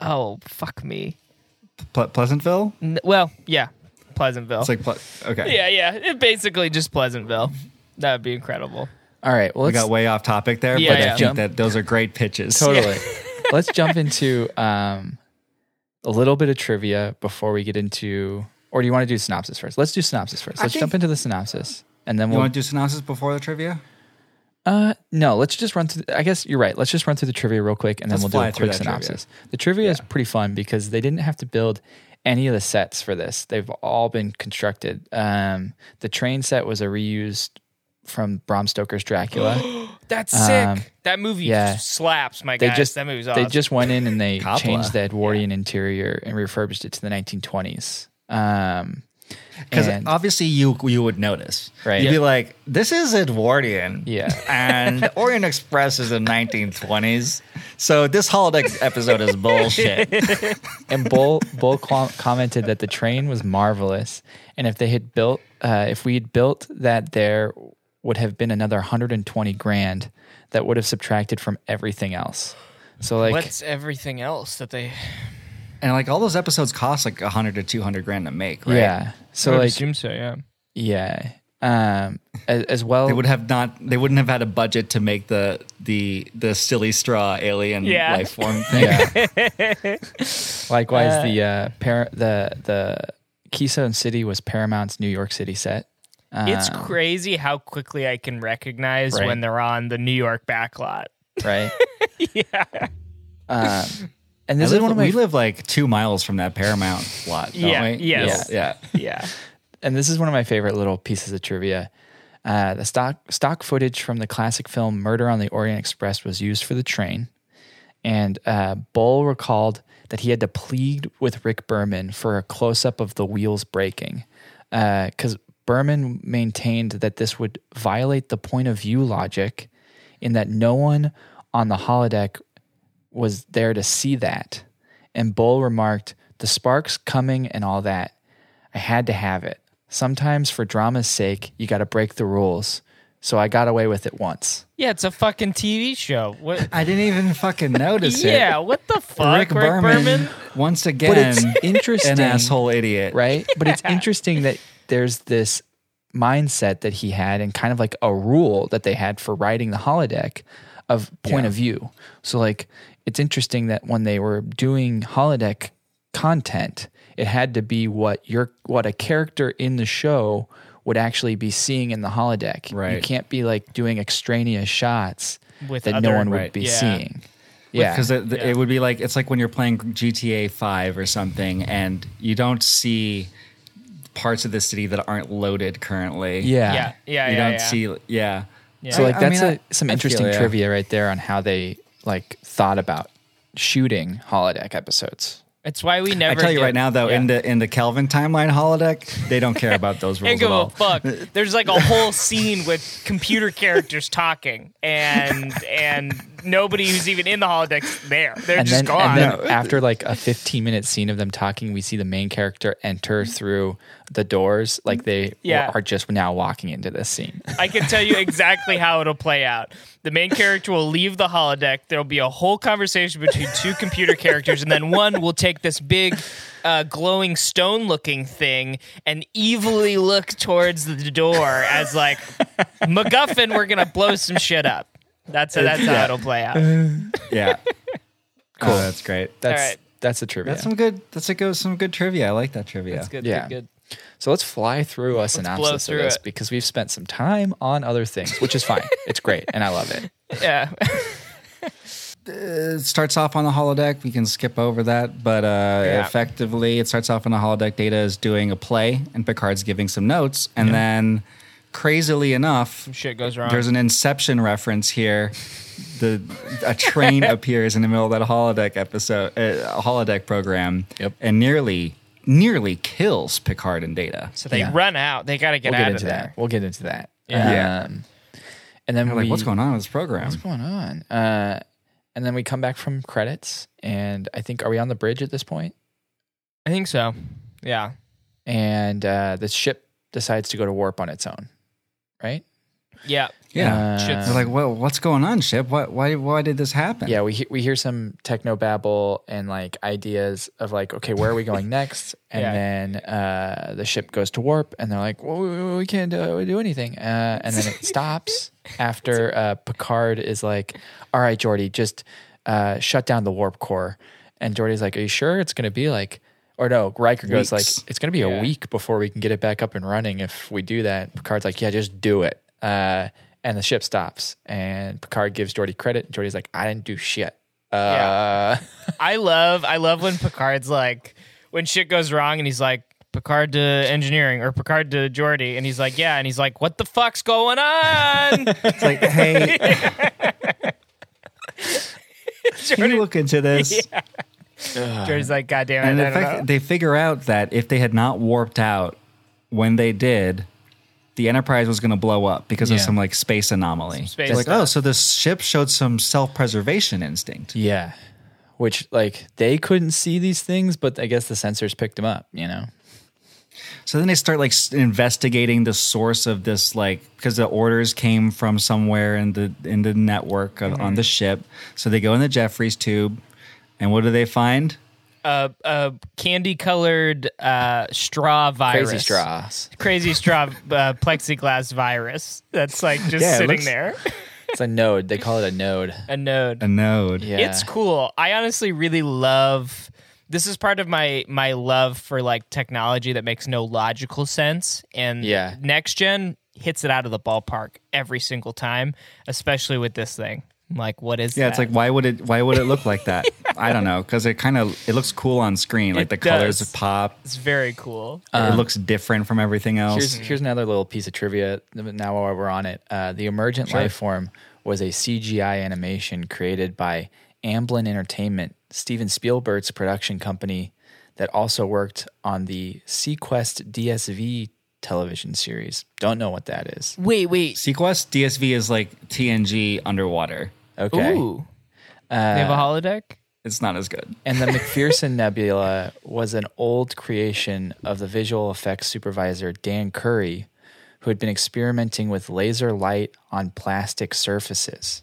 [SPEAKER 2] oh fuck me.
[SPEAKER 3] Ple- Pleasantville.
[SPEAKER 2] N- well, yeah, Pleasantville.
[SPEAKER 3] It's like ple- okay.
[SPEAKER 2] yeah, yeah, it basically just Pleasantville. That would be incredible.
[SPEAKER 1] all right, well
[SPEAKER 3] We
[SPEAKER 1] let's
[SPEAKER 3] got way off topic there,
[SPEAKER 2] Yeah,
[SPEAKER 3] but
[SPEAKER 2] yeah.
[SPEAKER 3] I
[SPEAKER 1] Jump.
[SPEAKER 3] think that those are great pitches.
[SPEAKER 1] totally. Let's jump into um, a little bit of trivia before we get into, or do you want to do synopsis first? Let's do synopsis first.
[SPEAKER 3] I
[SPEAKER 1] Let's
[SPEAKER 3] think-
[SPEAKER 1] jump into the synopsis, and then
[SPEAKER 3] You
[SPEAKER 1] we'll.
[SPEAKER 3] want to do synopsis before the trivia?
[SPEAKER 1] uh, no, let's just run through. I guess you're right. Let's just run through the trivia real quick, and then
[SPEAKER 3] Let's
[SPEAKER 1] we'll do
[SPEAKER 3] fly
[SPEAKER 1] a
[SPEAKER 3] through
[SPEAKER 1] quick
[SPEAKER 3] that trivia.
[SPEAKER 1] synopsis. The trivia is pretty fun because they didn't have to build any of the sets for this. They've all been constructed. Um, the train set was a reused from Bram Stoker's Dracula.
[SPEAKER 2] That's
[SPEAKER 1] Um,
[SPEAKER 2] sick. That movie
[SPEAKER 1] yeah.
[SPEAKER 2] slaps, my
[SPEAKER 1] they
[SPEAKER 2] guys.
[SPEAKER 1] just
[SPEAKER 2] that movie's
[SPEAKER 1] they
[SPEAKER 2] awesome.
[SPEAKER 1] just went in and they
[SPEAKER 3] Coppola.
[SPEAKER 1] changed the Edwardian interior and refurbished it to the 1920s. Um,
[SPEAKER 3] Because
[SPEAKER 1] And-
[SPEAKER 3] obviously you you would notice,
[SPEAKER 1] Right.
[SPEAKER 3] You'd be
[SPEAKER 1] Yeah.
[SPEAKER 3] like, "This is Edwardian,
[SPEAKER 1] Yeah.
[SPEAKER 3] and Orient Express is the 1920s." So this holodeck episode is bullshit.
[SPEAKER 1] and Bull Bull com- commented that the train was marvelous, and if they had built, uh, if we had built that, there would have been another 120 grand that would have subtracted from everything else. So like,
[SPEAKER 2] What's everything else that they?
[SPEAKER 3] and like all those episodes cost like 100 to 200 grand to make, right?
[SPEAKER 1] yeah.
[SPEAKER 2] I
[SPEAKER 1] So
[SPEAKER 2] would
[SPEAKER 1] like,
[SPEAKER 2] assume so. Yeah.
[SPEAKER 1] yeah. Um, as, as well,
[SPEAKER 3] They would have not. They wouldn't have had a budget to make the the the silly straw alien
[SPEAKER 2] Yeah.
[SPEAKER 3] life form thing.
[SPEAKER 1] Likewise, the uh, par- the the Keystone City was Paramount's New York City set.
[SPEAKER 2] It's crazy how quickly I can recognize
[SPEAKER 1] uh, Right.
[SPEAKER 2] when they're on the New York backlot.
[SPEAKER 1] right? yeah. Um, and this is
[SPEAKER 3] I live-
[SPEAKER 1] one of my
[SPEAKER 3] we live like two miles from that Paramount lot, don't
[SPEAKER 2] Yeah,
[SPEAKER 3] we?
[SPEAKER 2] yes.
[SPEAKER 3] Yeah. yeah.
[SPEAKER 2] Yeah.
[SPEAKER 1] and this is one of my favorite little pieces of trivia. Uh, the stock stock footage from the classic film Murder on the Orient Express was used for the train, and uh, Bull recalled that he had to plead with Rick Berman for a close up of the wheels breaking, because Berman maintained that this would violate the point of view logic, in that no one on the holodeck was there to see that. And Bull remarked, The sparks coming and all that. I had to have it. Sometimes, for drama's sake, you got to break the rules. So I got away with it once.
[SPEAKER 2] Yeah, it's a fucking TV show. What?
[SPEAKER 3] I didn't even fucking notice it.
[SPEAKER 2] yeah, what the fuck,
[SPEAKER 3] Rick, Berman, once again,
[SPEAKER 1] it's interesting.
[SPEAKER 3] an asshole idiot.
[SPEAKER 1] Right? But it's interesting that there's this mindset that he had and kind of like a rule that they had for writing the holodeck of point of view. So, like, it's interesting that when they were doing holodeck content, it had to be what your what a character in the show would actually be seeing in the holodeck. You
[SPEAKER 3] Right.
[SPEAKER 1] can't be like doing extraneous shots
[SPEAKER 2] With
[SPEAKER 1] that no
[SPEAKER 2] other-
[SPEAKER 1] one would
[SPEAKER 3] Right.
[SPEAKER 1] be
[SPEAKER 2] Yeah.
[SPEAKER 1] seeing. Yeah.
[SPEAKER 3] Because it, it would be like it's like when you're playing GTA Five or something, and you don't see parts of the city that aren't loaded currently.
[SPEAKER 1] yeah.
[SPEAKER 2] Yeah, yeah,
[SPEAKER 3] you
[SPEAKER 2] yeah.
[SPEAKER 3] don't
[SPEAKER 2] yeah.
[SPEAKER 3] see. Yeah,
[SPEAKER 1] So like
[SPEAKER 3] I
[SPEAKER 1] that's
[SPEAKER 3] mean,
[SPEAKER 1] a,
[SPEAKER 3] I-
[SPEAKER 1] some
[SPEAKER 3] I feel
[SPEAKER 1] interesting
[SPEAKER 3] ya.
[SPEAKER 1] trivia right there on how they like thought about shooting holodeck episodes.
[SPEAKER 2] It's why we never.
[SPEAKER 3] I tell you
[SPEAKER 2] get-
[SPEAKER 3] right now, though,
[SPEAKER 2] Yeah.
[SPEAKER 3] in the in the Calvin timeline holodeck, they don't care about those rules
[SPEAKER 2] and
[SPEAKER 3] at
[SPEAKER 2] give
[SPEAKER 3] all.
[SPEAKER 2] a fuck. There's like a whole scene with computer characters talking, and and nobody who's even in the holodeck's there. They're
[SPEAKER 1] And
[SPEAKER 2] just
[SPEAKER 1] then,
[SPEAKER 2] gone.
[SPEAKER 1] and then after like a 15 minute scene of them talking, we see the main character enter through the doors. Like they
[SPEAKER 2] Yeah.
[SPEAKER 1] are just now walking into this scene.
[SPEAKER 2] I can tell you exactly how it'll play out. The main character will leave the holodeck. There'll be a whole conversation between two computer characters, and then one will take this big, uh, glowing stone-looking thing and evilly look towards the door as like, MacGuffin, we're gonna blow some shit up. That's that's how it'll play out.
[SPEAKER 3] Yeah, cool. that's great.
[SPEAKER 1] That's
[SPEAKER 2] All right.
[SPEAKER 1] that's the trivia.
[SPEAKER 3] That's some good. That's a go. Some good trivia. I like that trivia.
[SPEAKER 2] That's good.
[SPEAKER 1] Yeah.
[SPEAKER 2] Good. good.
[SPEAKER 1] so let's fly through a
[SPEAKER 2] blow
[SPEAKER 1] synopsis
[SPEAKER 2] through
[SPEAKER 1] of this
[SPEAKER 2] it.
[SPEAKER 1] because we've spent some time on other things, which is fine. it's great and I love it.
[SPEAKER 2] Yeah.
[SPEAKER 3] It starts off on the holodeck. We can skip over that, but uh, effectively, it starts off on the holodeck. Data is doing a play, and Picard's giving some notes, and then, crazily enough,
[SPEAKER 2] Shit goes wrong.
[SPEAKER 3] there's an Inception reference here. The a train appears in the middle of that holodeck episode, uh, holodeck program,
[SPEAKER 1] Yep.
[SPEAKER 3] and nearly nearly kills Picard and Data.
[SPEAKER 2] so they
[SPEAKER 1] Yeah.
[SPEAKER 2] run out. They gotta get
[SPEAKER 1] We'll
[SPEAKER 2] out
[SPEAKER 1] get
[SPEAKER 2] of
[SPEAKER 1] into
[SPEAKER 2] there.
[SPEAKER 1] that. We'll get into that.
[SPEAKER 3] Yeah.
[SPEAKER 1] Um, and then
[SPEAKER 3] They're like,
[SPEAKER 1] we-
[SPEAKER 3] what's going on with this program?
[SPEAKER 1] going on? Uh, and then we come back from credits, and I think are we on the bridge at this point?
[SPEAKER 2] I think so. Yeah.
[SPEAKER 1] And uh, the ship decides to go to warp on its own, right?
[SPEAKER 2] Yeah.
[SPEAKER 3] Yeah,
[SPEAKER 1] Uh,
[SPEAKER 2] Shit's-
[SPEAKER 3] they're like, well, what's going on, ship? Why, why, why did this happen?
[SPEAKER 1] Yeah, we he- we hear some techno babble and like ideas of like, okay, where are we going next? And
[SPEAKER 2] Yeah.
[SPEAKER 1] then uh, the ship goes to warp, and they're like, well, we, we can't do, do anything. Uh, and then it stops after uh, Picard is like, all right, Jordy, just uh, shut down the warp core. And Jordy's like, are you sure it's going to be like, or no, Riker goes like,
[SPEAKER 3] Weeks.
[SPEAKER 1] it's going to be a week before we can get it back up and running if we do that. Picard's like, yeah, just do it. Uh, and the ship stops. And Picard gives Jordy credit. And Jordy's like, I didn't do shit. Uh,
[SPEAKER 2] I love I love when Picard's like when shit goes wrong and he's like Picard to engineering or Picard to Geordi and he's like yeah and he's like what the fuck's going on?
[SPEAKER 3] It's like, hey, can you look into this?
[SPEAKER 2] Geordi's like god damn
[SPEAKER 3] And
[SPEAKER 2] it I
[SPEAKER 3] in
[SPEAKER 2] don't know.
[SPEAKER 3] fact, they figure out that if they had not warped out, when they did, the Enterprise was going to blow up because of
[SPEAKER 1] Yeah.
[SPEAKER 3] some like space anomaly.
[SPEAKER 2] space
[SPEAKER 3] They're like,
[SPEAKER 2] stuff.
[SPEAKER 3] oh, so this ship showed some self preservation instinct.
[SPEAKER 1] Yeah. Which like they couldn't see these things, but I guess the sensors picked them up, you know.
[SPEAKER 3] So then they start like s- investigating the source of this, like because the orders came from somewhere in the in the network of,
[SPEAKER 2] Mm-hmm.
[SPEAKER 3] on the ship. So they go in the Jeffries tube, and what do they find?
[SPEAKER 2] uh, uh, candy colored uh, straw virus.
[SPEAKER 1] Crazy straws.
[SPEAKER 2] Crazy straw uh, plexiglass virus that's like just
[SPEAKER 3] Yeah, it
[SPEAKER 2] sitting
[SPEAKER 3] looks-
[SPEAKER 2] there.
[SPEAKER 1] It's a node. They call it a node.
[SPEAKER 2] A node.
[SPEAKER 3] A node.
[SPEAKER 1] Yeah.
[SPEAKER 2] It's cool. I honestly really love. This is part of my my love for like technology that makes no logical sense, and
[SPEAKER 1] Yeah.
[SPEAKER 2] next gen hits it out of the ballpark every single time, especially with this thing. I'm like, what is?
[SPEAKER 3] Yeah, it's
[SPEAKER 2] that?
[SPEAKER 3] like why would it why would it look like that? I don't know because it kind of it looks cool on screen, like
[SPEAKER 2] It
[SPEAKER 3] the colors
[SPEAKER 2] does.
[SPEAKER 3] pop.
[SPEAKER 2] it's very cool.
[SPEAKER 3] it looks different from everything
[SPEAKER 1] Here's,
[SPEAKER 3] else.
[SPEAKER 1] here's another little piece of trivia. Now while we're on it, uh, the emergent life form was a CGI animation created by Amblin Entertainment, Steven Spielberg's production company that also worked on the Sequest DSV television series. Don't know what that is.
[SPEAKER 2] Wait, wait.
[SPEAKER 3] Sequest DSV is like TNG underwater.
[SPEAKER 1] Okay.
[SPEAKER 2] Ooh, Uh, they have a holodeck.
[SPEAKER 3] It's not as good.
[SPEAKER 1] And the McPherson Nebula was an old creation of the visual effects supervisor Dan Curry, who had been experimenting with laser light on plastic surfaces.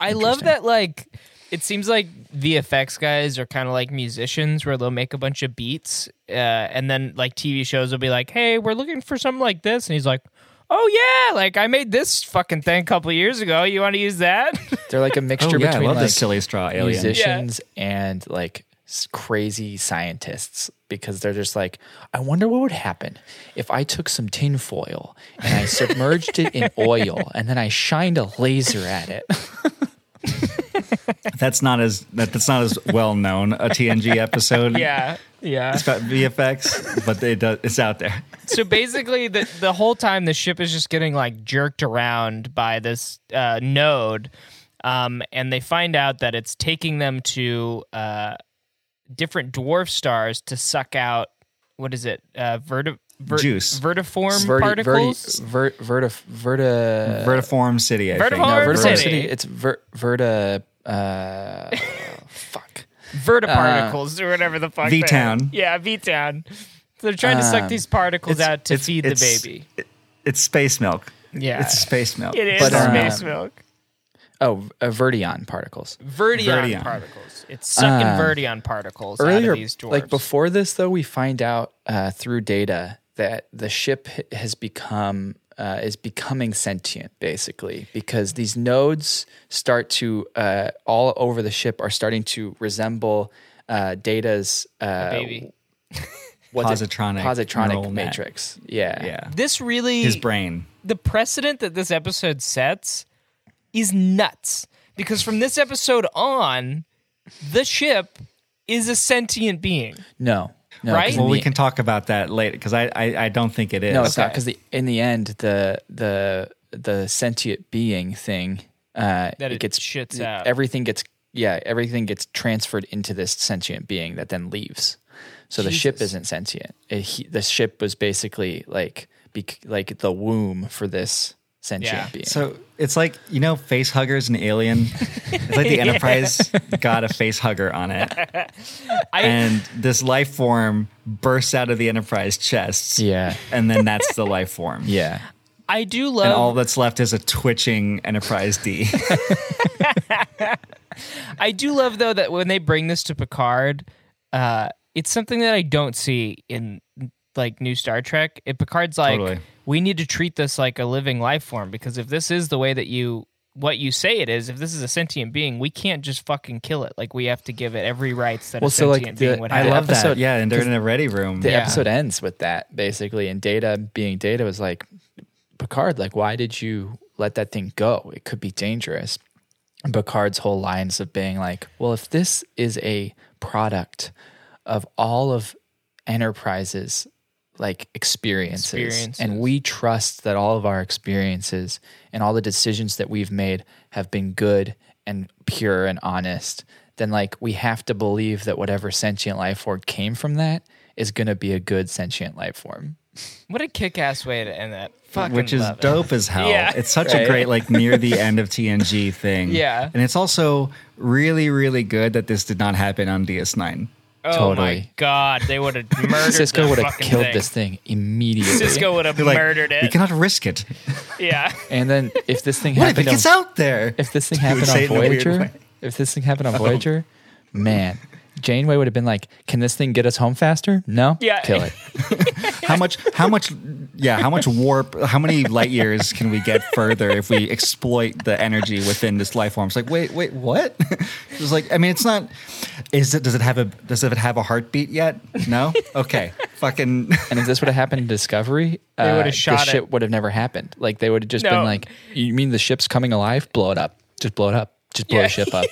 [SPEAKER 2] I love that. Like, it seems like VFX guys are kind of like musicians, where they'll make a bunch of beats, uh, and then like TV shows will be like, "Hey, we're looking for something like this," and he's like, "Oh yeah, like I made this fucking thing a couple of years ago. You want to use that?"
[SPEAKER 1] They're like a mixture
[SPEAKER 3] Oh, yeah, I
[SPEAKER 1] between
[SPEAKER 3] love
[SPEAKER 1] like
[SPEAKER 3] this silly straw alien.
[SPEAKER 1] musicians and like s- crazy scientists because they're just like, I wonder what would happen if I took some tin foil and I submerged it in oil and then I shined a laser at it.
[SPEAKER 3] That's not as that, that's not as well known a TNG episode.
[SPEAKER 2] yeah, yeah.
[SPEAKER 3] It's got VFX, but it does, it's out there.
[SPEAKER 2] so basically the the whole time the ship is just getting like jerked around by this uh, node um, and they find out that it's taking them to uh, different dwarf stars to suck out what is it uh, verti- ver-
[SPEAKER 3] Juice. uh,
[SPEAKER 2] vertiform
[SPEAKER 1] Verti-
[SPEAKER 2] particles
[SPEAKER 1] verti- ver- verti- verta-
[SPEAKER 3] Vertiform City. I think.
[SPEAKER 2] Vertiform-
[SPEAKER 1] No,
[SPEAKER 2] Vertiform
[SPEAKER 1] Vertiform
[SPEAKER 2] City.
[SPEAKER 1] City. It's ver- Verta. Uh, fuck.
[SPEAKER 2] vertiparticles or whatever the fuck they are.
[SPEAKER 3] V-town. Um,
[SPEAKER 2] yeah v-town so they're trying to suck these particles
[SPEAKER 3] it's-
[SPEAKER 2] out to
[SPEAKER 3] it's-
[SPEAKER 2] feed
[SPEAKER 3] it's-
[SPEAKER 2] the baby
[SPEAKER 3] It's space milk.
[SPEAKER 2] Yeah.
[SPEAKER 3] it's space milk.
[SPEAKER 2] it is
[SPEAKER 1] but, uh,
[SPEAKER 2] space milk
[SPEAKER 1] Oh, uh, Verdion particles.
[SPEAKER 2] verdion,
[SPEAKER 3] Verdion. Um,
[SPEAKER 2] particles it's sucking verdion particles out
[SPEAKER 1] Earlier,
[SPEAKER 2] of these dwarfs
[SPEAKER 1] like before this, though, we find out uh, through data that the ship h- has become uh, is becoming sentient, basically, because these nodes start to uh, all over the ship are starting to resemble uh, Data's uh,
[SPEAKER 2] baby
[SPEAKER 1] what's it?
[SPEAKER 3] Positronic neural
[SPEAKER 1] positronic
[SPEAKER 3] net.
[SPEAKER 1] matrix. Yeah,
[SPEAKER 3] Yeah,
[SPEAKER 2] this really
[SPEAKER 3] his brain.
[SPEAKER 2] the precedent that this episode sets is nuts because from this episode on the ship is a sentient being
[SPEAKER 1] No, no, 'cause
[SPEAKER 2] Right?
[SPEAKER 1] in
[SPEAKER 3] Well, we
[SPEAKER 1] the-
[SPEAKER 3] can talk about that later because I, I I don't think it is.
[SPEAKER 1] No, it's not because the in the end the the the sentient being thing uh,
[SPEAKER 2] That it
[SPEAKER 1] gets
[SPEAKER 2] shits out.
[SPEAKER 1] Everything gets yeah, everything gets transferred into this sentient being that then leaves. So the ship isn't sentient. It, he, the ship was basically like bec- like the womb for this sentient
[SPEAKER 2] Yeah.
[SPEAKER 1] being.
[SPEAKER 3] So it's like you know, face huggers and alien. It's like the Enterprise got a face hugger on it,
[SPEAKER 2] I-
[SPEAKER 3] and this life form bursts out of the Enterprise chest.
[SPEAKER 1] Yeah.
[SPEAKER 3] and then that's the life form.
[SPEAKER 1] yeah,
[SPEAKER 2] i do
[SPEAKER 3] and
[SPEAKER 2] love
[SPEAKER 3] all that's left is a twitching Enterprise D.
[SPEAKER 2] i do love though that when they bring this to picard uh it's something that i don't see in like new star trek it picard's like
[SPEAKER 3] Totally.
[SPEAKER 2] we need to treat this like a living life form because if this is the way that you what you say it is if this is a sentient being we can't just fucking kill it like we have to give it every rights that
[SPEAKER 1] Well,
[SPEAKER 2] a
[SPEAKER 1] so,
[SPEAKER 2] sentient
[SPEAKER 1] like, the-
[SPEAKER 2] being would
[SPEAKER 1] I
[SPEAKER 2] have
[SPEAKER 1] love that. episode-
[SPEAKER 3] yeah, and they're in a ready room.
[SPEAKER 1] the
[SPEAKER 2] Yeah.
[SPEAKER 1] episode ends with that basically, and Data being Data was like Picard, like why did you let that thing go? It could be dangerous. And Picard's whole lines of being like, well, if this is a product of all of Enterprise's like experiences,
[SPEAKER 2] Experiences.
[SPEAKER 1] and we trust that all of our experiences and all the decisions that we've made have been good and pure and honest, then like we have to believe that whatever sentient life form came from that is going to be a good sentient life form.
[SPEAKER 2] What a kick-ass way to end that. Fucking
[SPEAKER 3] which is
[SPEAKER 2] love it.
[SPEAKER 3] dope as hell.
[SPEAKER 2] Yeah.
[SPEAKER 3] It's such a
[SPEAKER 1] Right.
[SPEAKER 3] great like near the end of TNG thing.
[SPEAKER 2] Yeah.
[SPEAKER 3] and it's also really really good that this did not happen on DS9.
[SPEAKER 2] Oh my
[SPEAKER 1] Totally.
[SPEAKER 2] god, they would have murdered.
[SPEAKER 1] Cisco
[SPEAKER 2] would
[SPEAKER 1] would have killed this thing immediately.
[SPEAKER 2] Cisco would have
[SPEAKER 3] They're like,
[SPEAKER 2] murdered
[SPEAKER 3] We
[SPEAKER 2] it.
[SPEAKER 3] cannot risk it.
[SPEAKER 2] yeah.
[SPEAKER 1] And then if this thing
[SPEAKER 3] What if it
[SPEAKER 1] happened,
[SPEAKER 3] gets
[SPEAKER 1] on,
[SPEAKER 3] out there?
[SPEAKER 1] if this thing
[SPEAKER 3] They would
[SPEAKER 1] happened
[SPEAKER 3] say
[SPEAKER 1] on
[SPEAKER 3] it in a weird way. Oh.
[SPEAKER 1] Voyager, if this thing happened on Voyager, man, Janeway would have been like, "Can this thing get us home faster?" No,
[SPEAKER 2] Yeah.
[SPEAKER 1] kill it.
[SPEAKER 3] how much? How much? Yeah, how much warp? How many light years can we get further if we exploit the energy within this life form? It's like, wait, wait, what? It's like, I mean, it's not. Is it? Does it have a? Does it have a heartbeat yet? No. Okay. Fucking.
[SPEAKER 1] And if this would have happened in Discovery,
[SPEAKER 2] They would have
[SPEAKER 1] uh,
[SPEAKER 2] shot
[SPEAKER 1] the
[SPEAKER 2] it.
[SPEAKER 1] ship would have never happened. Like they would have just
[SPEAKER 2] No.
[SPEAKER 1] been like, "You mean the ship's coming alive? Blow it up. Just blow it up. Just blow
[SPEAKER 2] Yeah.
[SPEAKER 1] the ship up.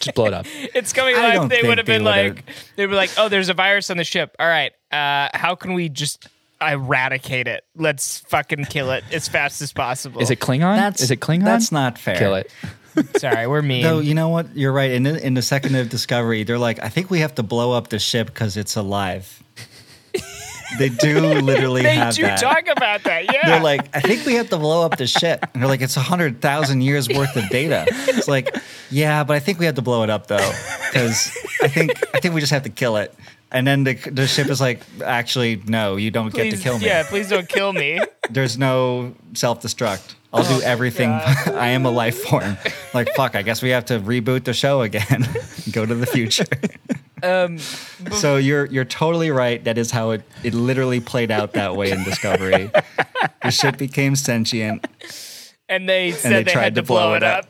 [SPEAKER 1] Just blow it up."
[SPEAKER 2] It's coming
[SPEAKER 3] I don't
[SPEAKER 2] live. They
[SPEAKER 3] think
[SPEAKER 2] would have
[SPEAKER 3] they
[SPEAKER 2] been
[SPEAKER 3] would've-
[SPEAKER 2] like, they'd be like, oh, there's a virus on the ship. All right, uh, how can we just eradicate it? Let's fucking kill it as fast as possible.
[SPEAKER 1] Is it Klingon?
[SPEAKER 3] That's-
[SPEAKER 1] Is it Klingon?
[SPEAKER 3] that's not fair.
[SPEAKER 1] Kill it.
[SPEAKER 2] Sorry, we're mean.
[SPEAKER 3] Though you know what, you're right. In the, in the second of Discovery, they're like, I think we have to blow up the ship because it's alive. they do literally
[SPEAKER 2] they
[SPEAKER 3] have
[SPEAKER 2] do
[SPEAKER 3] that.
[SPEAKER 2] talk about that. Yeah.
[SPEAKER 3] they're like, I think we have to blow up the ship. And they're like, it's 100,000 years worth of data. It's like, yeah, but I think we have to blow it up though. Because I think, I think we just have to kill it. And then the, the ship is like, actually, no, you don't
[SPEAKER 2] please,
[SPEAKER 3] get to kill me.
[SPEAKER 2] Yeah, please don't kill me.
[SPEAKER 3] There's no self destruct. I'll do everything. I am a life form. Like, fuck, I guess we have to reboot the show again. Go to the future. so you're you're totally right. That is how it, it literally played out that way in Discovery. the ship became sentient.
[SPEAKER 2] And they said
[SPEAKER 3] they
[SPEAKER 2] they,
[SPEAKER 3] tried
[SPEAKER 2] had to,
[SPEAKER 3] to blow
[SPEAKER 2] blow
[SPEAKER 3] it
[SPEAKER 2] it up.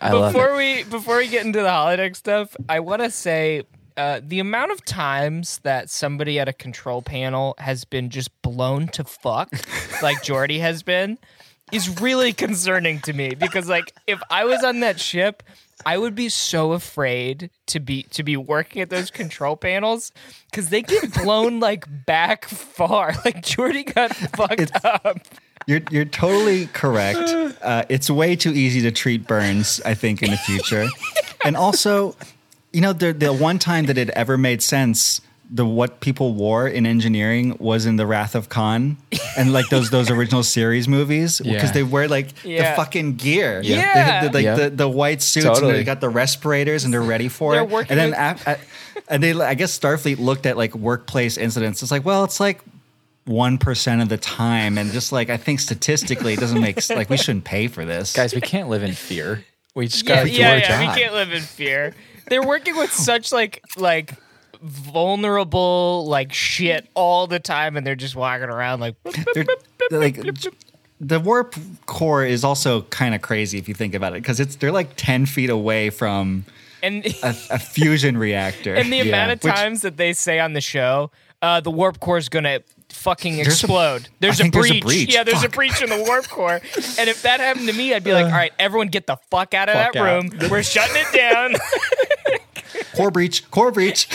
[SPEAKER 1] I love it.
[SPEAKER 2] before we before we get into the holodeck stuff, I want to say uh, the amount of times that somebody at a control panel has been just blown to fuck, like Jordy has been, is really concerning to me because like if I was on that ship, I would be so afraid to be to be working at those control panels because they get blown like back far. Like Jordy got fucked up.
[SPEAKER 3] You're you're totally correct. Uh, it's way too easy to treat burns, I think, in the future. and also, you know, the the one time that it ever made sense, the what people wore in engineering was in the Wrath of Khan and like those those original series movies because
[SPEAKER 1] Yeah.
[SPEAKER 3] they wear like
[SPEAKER 2] Yeah.
[SPEAKER 3] the fucking gear.
[SPEAKER 1] Yeah.
[SPEAKER 3] They had the, like
[SPEAKER 1] Yeah.
[SPEAKER 3] the, the white suits and
[SPEAKER 1] Totally.
[SPEAKER 3] they got the respirators and they're ready for
[SPEAKER 2] They're
[SPEAKER 3] it.
[SPEAKER 2] working
[SPEAKER 3] and then
[SPEAKER 2] with-
[SPEAKER 3] ap- at- and they I guess Starfleet looked at like workplace incidents. It's like, well, it's like one percent of the time, and just like I think statistically, it doesn't make s- like we shouldn't pay for this.
[SPEAKER 1] guys, we can't live in fear. We just
[SPEAKER 2] yeah,
[SPEAKER 1] gotta do
[SPEAKER 2] yeah,
[SPEAKER 1] our
[SPEAKER 2] yeah.
[SPEAKER 1] job.
[SPEAKER 2] We can't live in fear. They're working with such like like vulnerable like shit all the time, and they're just walking around like
[SPEAKER 3] They're- they're, like the warp core is also kind of crazy if you think about it, because it's they're like ten feet away from
[SPEAKER 2] and
[SPEAKER 3] a, a fusion reactor.
[SPEAKER 2] and the amount of
[SPEAKER 3] Uh, Which-
[SPEAKER 2] times that they say on the show, uh, the warp core is gonna fucking
[SPEAKER 3] a-
[SPEAKER 2] explode. there's, a
[SPEAKER 3] think there's a
[SPEAKER 2] breach.
[SPEAKER 3] breach.
[SPEAKER 2] Yeah, there's
[SPEAKER 3] Fuck. Uh.
[SPEAKER 2] a breach in the warp core. And if that happened to me, I'd be like, all right, everyone, get the fuck out of
[SPEAKER 3] Fuck
[SPEAKER 2] that room. We're shutting it down.
[SPEAKER 3] core breach, core breach.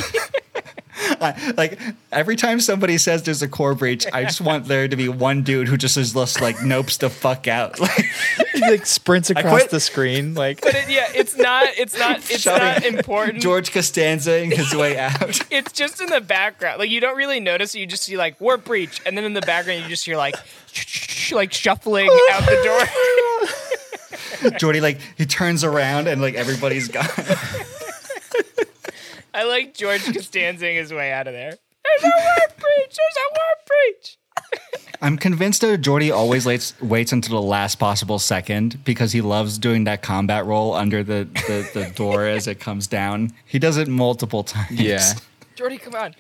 [SPEAKER 3] I- like every time somebody says there's a core breach, I just want there to be one dude who just is just like nopes the fuck out. Like
[SPEAKER 1] He like sprints across
[SPEAKER 3] quit.
[SPEAKER 1] the screen. Like
[SPEAKER 2] but it, yeah, it's not. It's not. It's
[SPEAKER 3] Shutting-
[SPEAKER 2] not important.
[SPEAKER 3] George Costanza in his way out.
[SPEAKER 2] it's just in the background. Like you don't really notice. it. You just see like warp breach, and then in the background you just hear like like shuffling out the door.
[SPEAKER 3] Jordy like he turns around and like everybody's gone.
[SPEAKER 2] I like George Costanzing his way out of there. There's a warp breach. There's a warp breach.
[SPEAKER 3] I'm convinced that Jordy always waits, waits until the last possible second because he loves doing that combat roll under the, the, the door as it comes down. He does it multiple times.
[SPEAKER 1] yeah.
[SPEAKER 2] Jordy, come on.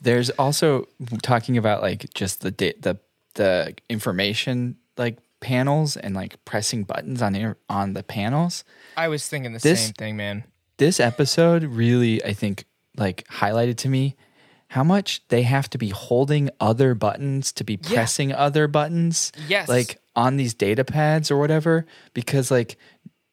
[SPEAKER 1] There's also talking about like just the da- the the information like panels and like pressing buttons on the, on the panels.
[SPEAKER 2] I was thinking the
[SPEAKER 1] This-
[SPEAKER 2] same thing, man.
[SPEAKER 1] This episode really I think like highlighted to me how much they have to be holding other buttons to be pressing other buttons.
[SPEAKER 2] Yes.
[SPEAKER 1] Like on these data pads or whatever because like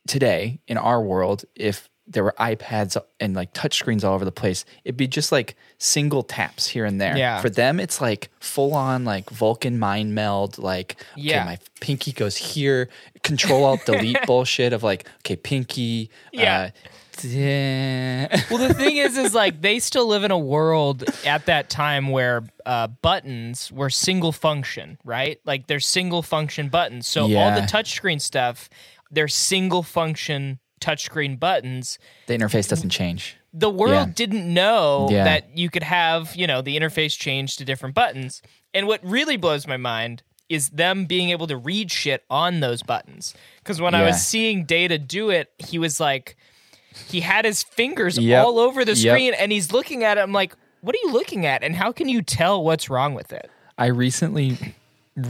[SPEAKER 1] today in our world if there were iPads and like touchscreens all over the place, it'd be just like single taps here and there.
[SPEAKER 2] Yeah.
[SPEAKER 1] For them, it's like full on like Vulcan mind meld, like,
[SPEAKER 2] Yeah.
[SPEAKER 1] okay, my pinky goes here, control alt delete bullshit of like, okay, pinky,
[SPEAKER 2] Yeah.
[SPEAKER 1] uh,
[SPEAKER 3] well,
[SPEAKER 2] Well, the thing is, is like they still live in a world at that time where uh, buttons were single function, right? Like they're single function buttons. So all
[SPEAKER 1] Yeah.
[SPEAKER 2] the touchscreen stuff, they're single function touchscreen buttons.
[SPEAKER 1] The interface doesn't change.
[SPEAKER 2] The world
[SPEAKER 1] Yeah.
[SPEAKER 2] didn't know
[SPEAKER 1] Yeah.
[SPEAKER 2] that you could have, you know, the interface change to different buttons. And what really blows my mind is them being able to read shit on those buttons. Because when I
[SPEAKER 1] Yeah.
[SPEAKER 2] was seeing Data do it, he was like, he had his fingers
[SPEAKER 1] Yep.
[SPEAKER 2] all over the
[SPEAKER 1] Yep.
[SPEAKER 2] screen and he's looking at it. I'm like, what are you looking at? And how can you tell what's wrong with it?
[SPEAKER 1] I recently,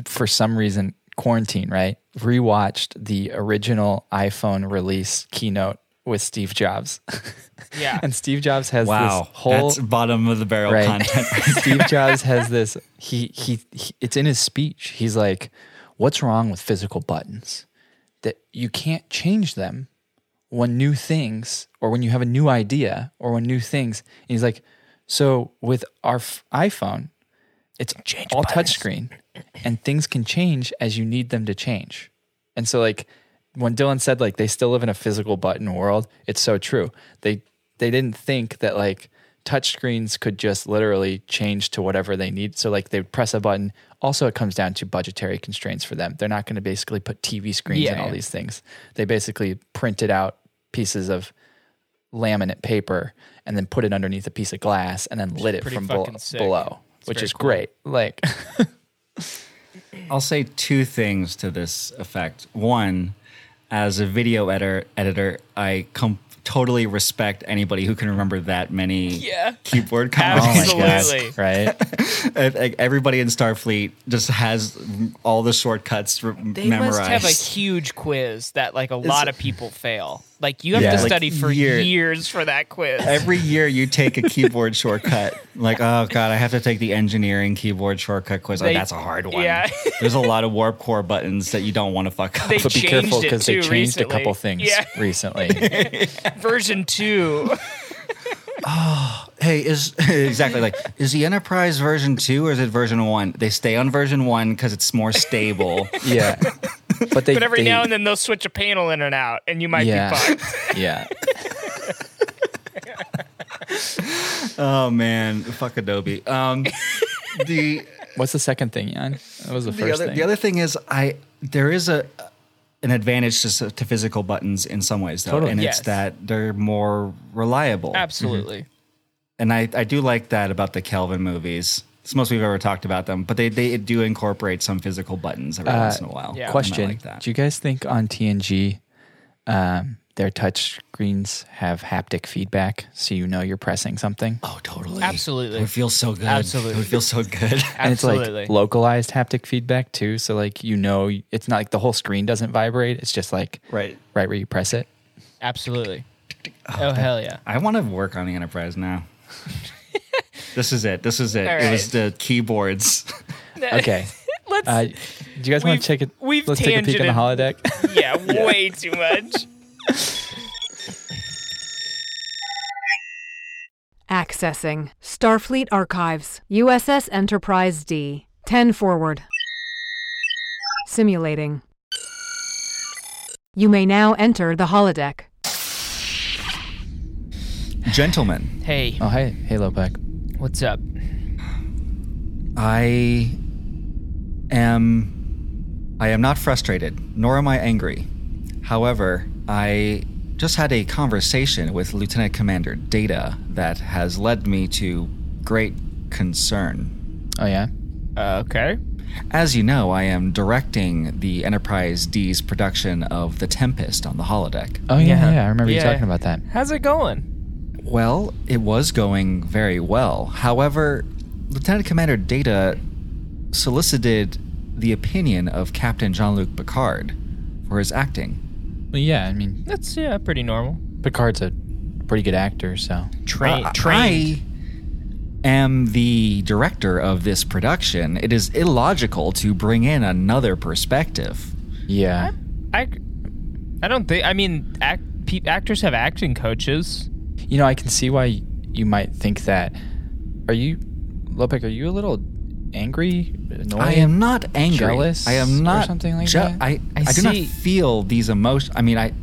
[SPEAKER 1] for some reason, quarantine, right? Rewatched the original iPhone release keynote with Steve Jobs.
[SPEAKER 2] Yeah.
[SPEAKER 1] and Steve Jobs has
[SPEAKER 3] wow,
[SPEAKER 1] this whole
[SPEAKER 3] that's bottom of the barrel
[SPEAKER 1] right.
[SPEAKER 3] content.
[SPEAKER 1] Steve Jobs has this. He, he he. It's in his speech. He's like, "What's wrong with physical buttons? That you can't change them when new things, or when you have a new idea, or when new things." And he's like, "So with our f- iPhone, it's all touchscreen, and things can change as you need them to change." And so, like when Dylan said, like they still live in a physical button world, it's so true. They they didn't think that like touchscreens could just literally change to whatever they need. So like they would press a button. Also, it comes down to budgetary constraints for them. They're not going to basically put TV screens
[SPEAKER 2] Yeah,
[SPEAKER 1] and all
[SPEAKER 2] yeah.
[SPEAKER 1] these things. They basically printed out pieces of laminate paper and then put it underneath a piece of glass and then lit it
[SPEAKER 2] pretty
[SPEAKER 1] from bel-
[SPEAKER 2] fucking sick.
[SPEAKER 1] below, which
[SPEAKER 2] very
[SPEAKER 1] is
[SPEAKER 2] cool.
[SPEAKER 1] great. Like,
[SPEAKER 3] I'll say two things to this effect. One, as a video editor, editor, I com- totally respect anybody who can remember that many
[SPEAKER 2] Yeah.
[SPEAKER 3] keyboard combos.
[SPEAKER 1] oh my
[SPEAKER 2] Absolutely.
[SPEAKER 1] God, right?
[SPEAKER 3] If, like, everybody in Starfleet just has m- all the shortcuts re-
[SPEAKER 2] They
[SPEAKER 3] memorized.
[SPEAKER 2] must have a huge quiz that like a lot of people fail. Like you have
[SPEAKER 1] Yeah.
[SPEAKER 2] to
[SPEAKER 1] Like,
[SPEAKER 2] study for
[SPEAKER 3] year-
[SPEAKER 2] years for that quiz.
[SPEAKER 3] Every year you take a keyboard shortcut. Like, oh god, I have to take the engineering keyboard shortcut quiz.
[SPEAKER 2] They-
[SPEAKER 3] oh, that's a hard one.
[SPEAKER 2] yeah.
[SPEAKER 3] There's a lot of warp core buttons that you don't want to fuck up.
[SPEAKER 2] They
[SPEAKER 1] But be
[SPEAKER 2] changed
[SPEAKER 1] careful
[SPEAKER 2] it
[SPEAKER 1] because they
[SPEAKER 2] too
[SPEAKER 1] changed
[SPEAKER 2] recently.
[SPEAKER 1] a couple things
[SPEAKER 2] Yeah,
[SPEAKER 1] recently.
[SPEAKER 2] version two.
[SPEAKER 3] hey, is exactly like is the Enterprise version two or is it version one? They stay on version one because it's more stable.
[SPEAKER 1] Yeah. But they
[SPEAKER 2] But every
[SPEAKER 1] they-
[SPEAKER 2] now and then they'll switch a panel in and out, and you might
[SPEAKER 1] yeah. Mm-hmm.
[SPEAKER 2] be fucked.
[SPEAKER 1] yeah.
[SPEAKER 3] oh man, fuck Adobe. Um, the
[SPEAKER 1] What's the second thing, Jan? That was the,
[SPEAKER 3] the
[SPEAKER 1] first
[SPEAKER 3] other,
[SPEAKER 1] thing.
[SPEAKER 3] The other thing is, I there is a an advantage to, s- to physical buttons in some ways, though,
[SPEAKER 1] Totally.
[SPEAKER 3] and
[SPEAKER 2] Yes.
[SPEAKER 3] it's that they're more reliable.
[SPEAKER 2] Absolutely.
[SPEAKER 3] And I, I do like that about the Kelvin movies. It's the most we've ever talked about them, but they, they do incorporate some physical buttons every once in a while.
[SPEAKER 2] yeah.
[SPEAKER 3] and I
[SPEAKER 1] Uh, Question:
[SPEAKER 3] like that.
[SPEAKER 1] Do you guys think on TNG, um, their touch screens have haptic feedback, so you know you're pressing something,
[SPEAKER 3] Oh, totally.
[SPEAKER 2] Absolutely.
[SPEAKER 3] It would feel so good.
[SPEAKER 2] Absolutely.
[SPEAKER 3] It would feel so good.
[SPEAKER 1] and
[SPEAKER 2] Absolutely.
[SPEAKER 1] it's like localized haptic feedback too. So like you know, it's not like the whole screen doesn't vibrate. It's just like
[SPEAKER 3] Right.
[SPEAKER 1] right where you press it.
[SPEAKER 2] Absolutely. Oh, hell yeah.
[SPEAKER 3] I want to work on the Enterprise now. this is it. This is it.
[SPEAKER 2] All
[SPEAKER 3] It was
[SPEAKER 2] right.
[SPEAKER 3] the keyboards.
[SPEAKER 1] Okay.
[SPEAKER 2] Let's.
[SPEAKER 1] Uh, do you guys want
[SPEAKER 2] We've-
[SPEAKER 1] to take it?
[SPEAKER 2] we've
[SPEAKER 1] Let's take a peek in the
[SPEAKER 2] tangented-
[SPEAKER 1] holodeck.
[SPEAKER 2] yeah, way too much.
[SPEAKER 9] Accessing Starfleet Archives, USS Enterprise D. 10 forward. Simulating. You may now enter the holodeck.
[SPEAKER 3] Gentlemen,
[SPEAKER 2] Hey,
[SPEAKER 1] oh hey, hey Lopek.
[SPEAKER 2] what's up?
[SPEAKER 3] I am I am not frustrated, nor am I angry. However, I just had a conversation with Lieutenant Commander Data that has led me to great concern.
[SPEAKER 1] Oh yeah.
[SPEAKER 2] Uh, okay.
[SPEAKER 3] As you know, I am directing the Enterprise D's production of The Tempest on the holodeck.
[SPEAKER 1] Oh yeah.
[SPEAKER 2] Yeah.
[SPEAKER 1] Yeah. I remember you
[SPEAKER 2] Yeah.
[SPEAKER 1] talking about that.
[SPEAKER 2] How's it going?
[SPEAKER 3] Well, it was going very well. However, Lieutenant Commander Data solicited the opinion of Captain Jean Luc Picard for his acting.
[SPEAKER 1] Well, yeah. I mean,
[SPEAKER 2] That's yeah, pretty normal.
[SPEAKER 1] Picard's a pretty good actor, so Uh,
[SPEAKER 2] Train,
[SPEAKER 3] Uh, I-
[SPEAKER 2] trained.
[SPEAKER 3] I am the director of this production. It is illogical to bring in another perspective.
[SPEAKER 1] yeah.
[SPEAKER 2] I, I don't think. I mean, act, pe- actors have acting coaches.
[SPEAKER 1] You know, I can see why you might think that. Are you, Lopek? Are you a little angry? Annoyed?
[SPEAKER 3] I am not angry.
[SPEAKER 1] Jealous
[SPEAKER 3] I am
[SPEAKER 1] or
[SPEAKER 3] not
[SPEAKER 1] something like that?
[SPEAKER 3] I,
[SPEAKER 1] I
[SPEAKER 3] I, do not
[SPEAKER 2] see.
[SPEAKER 3] feel these emotions. I mean, I,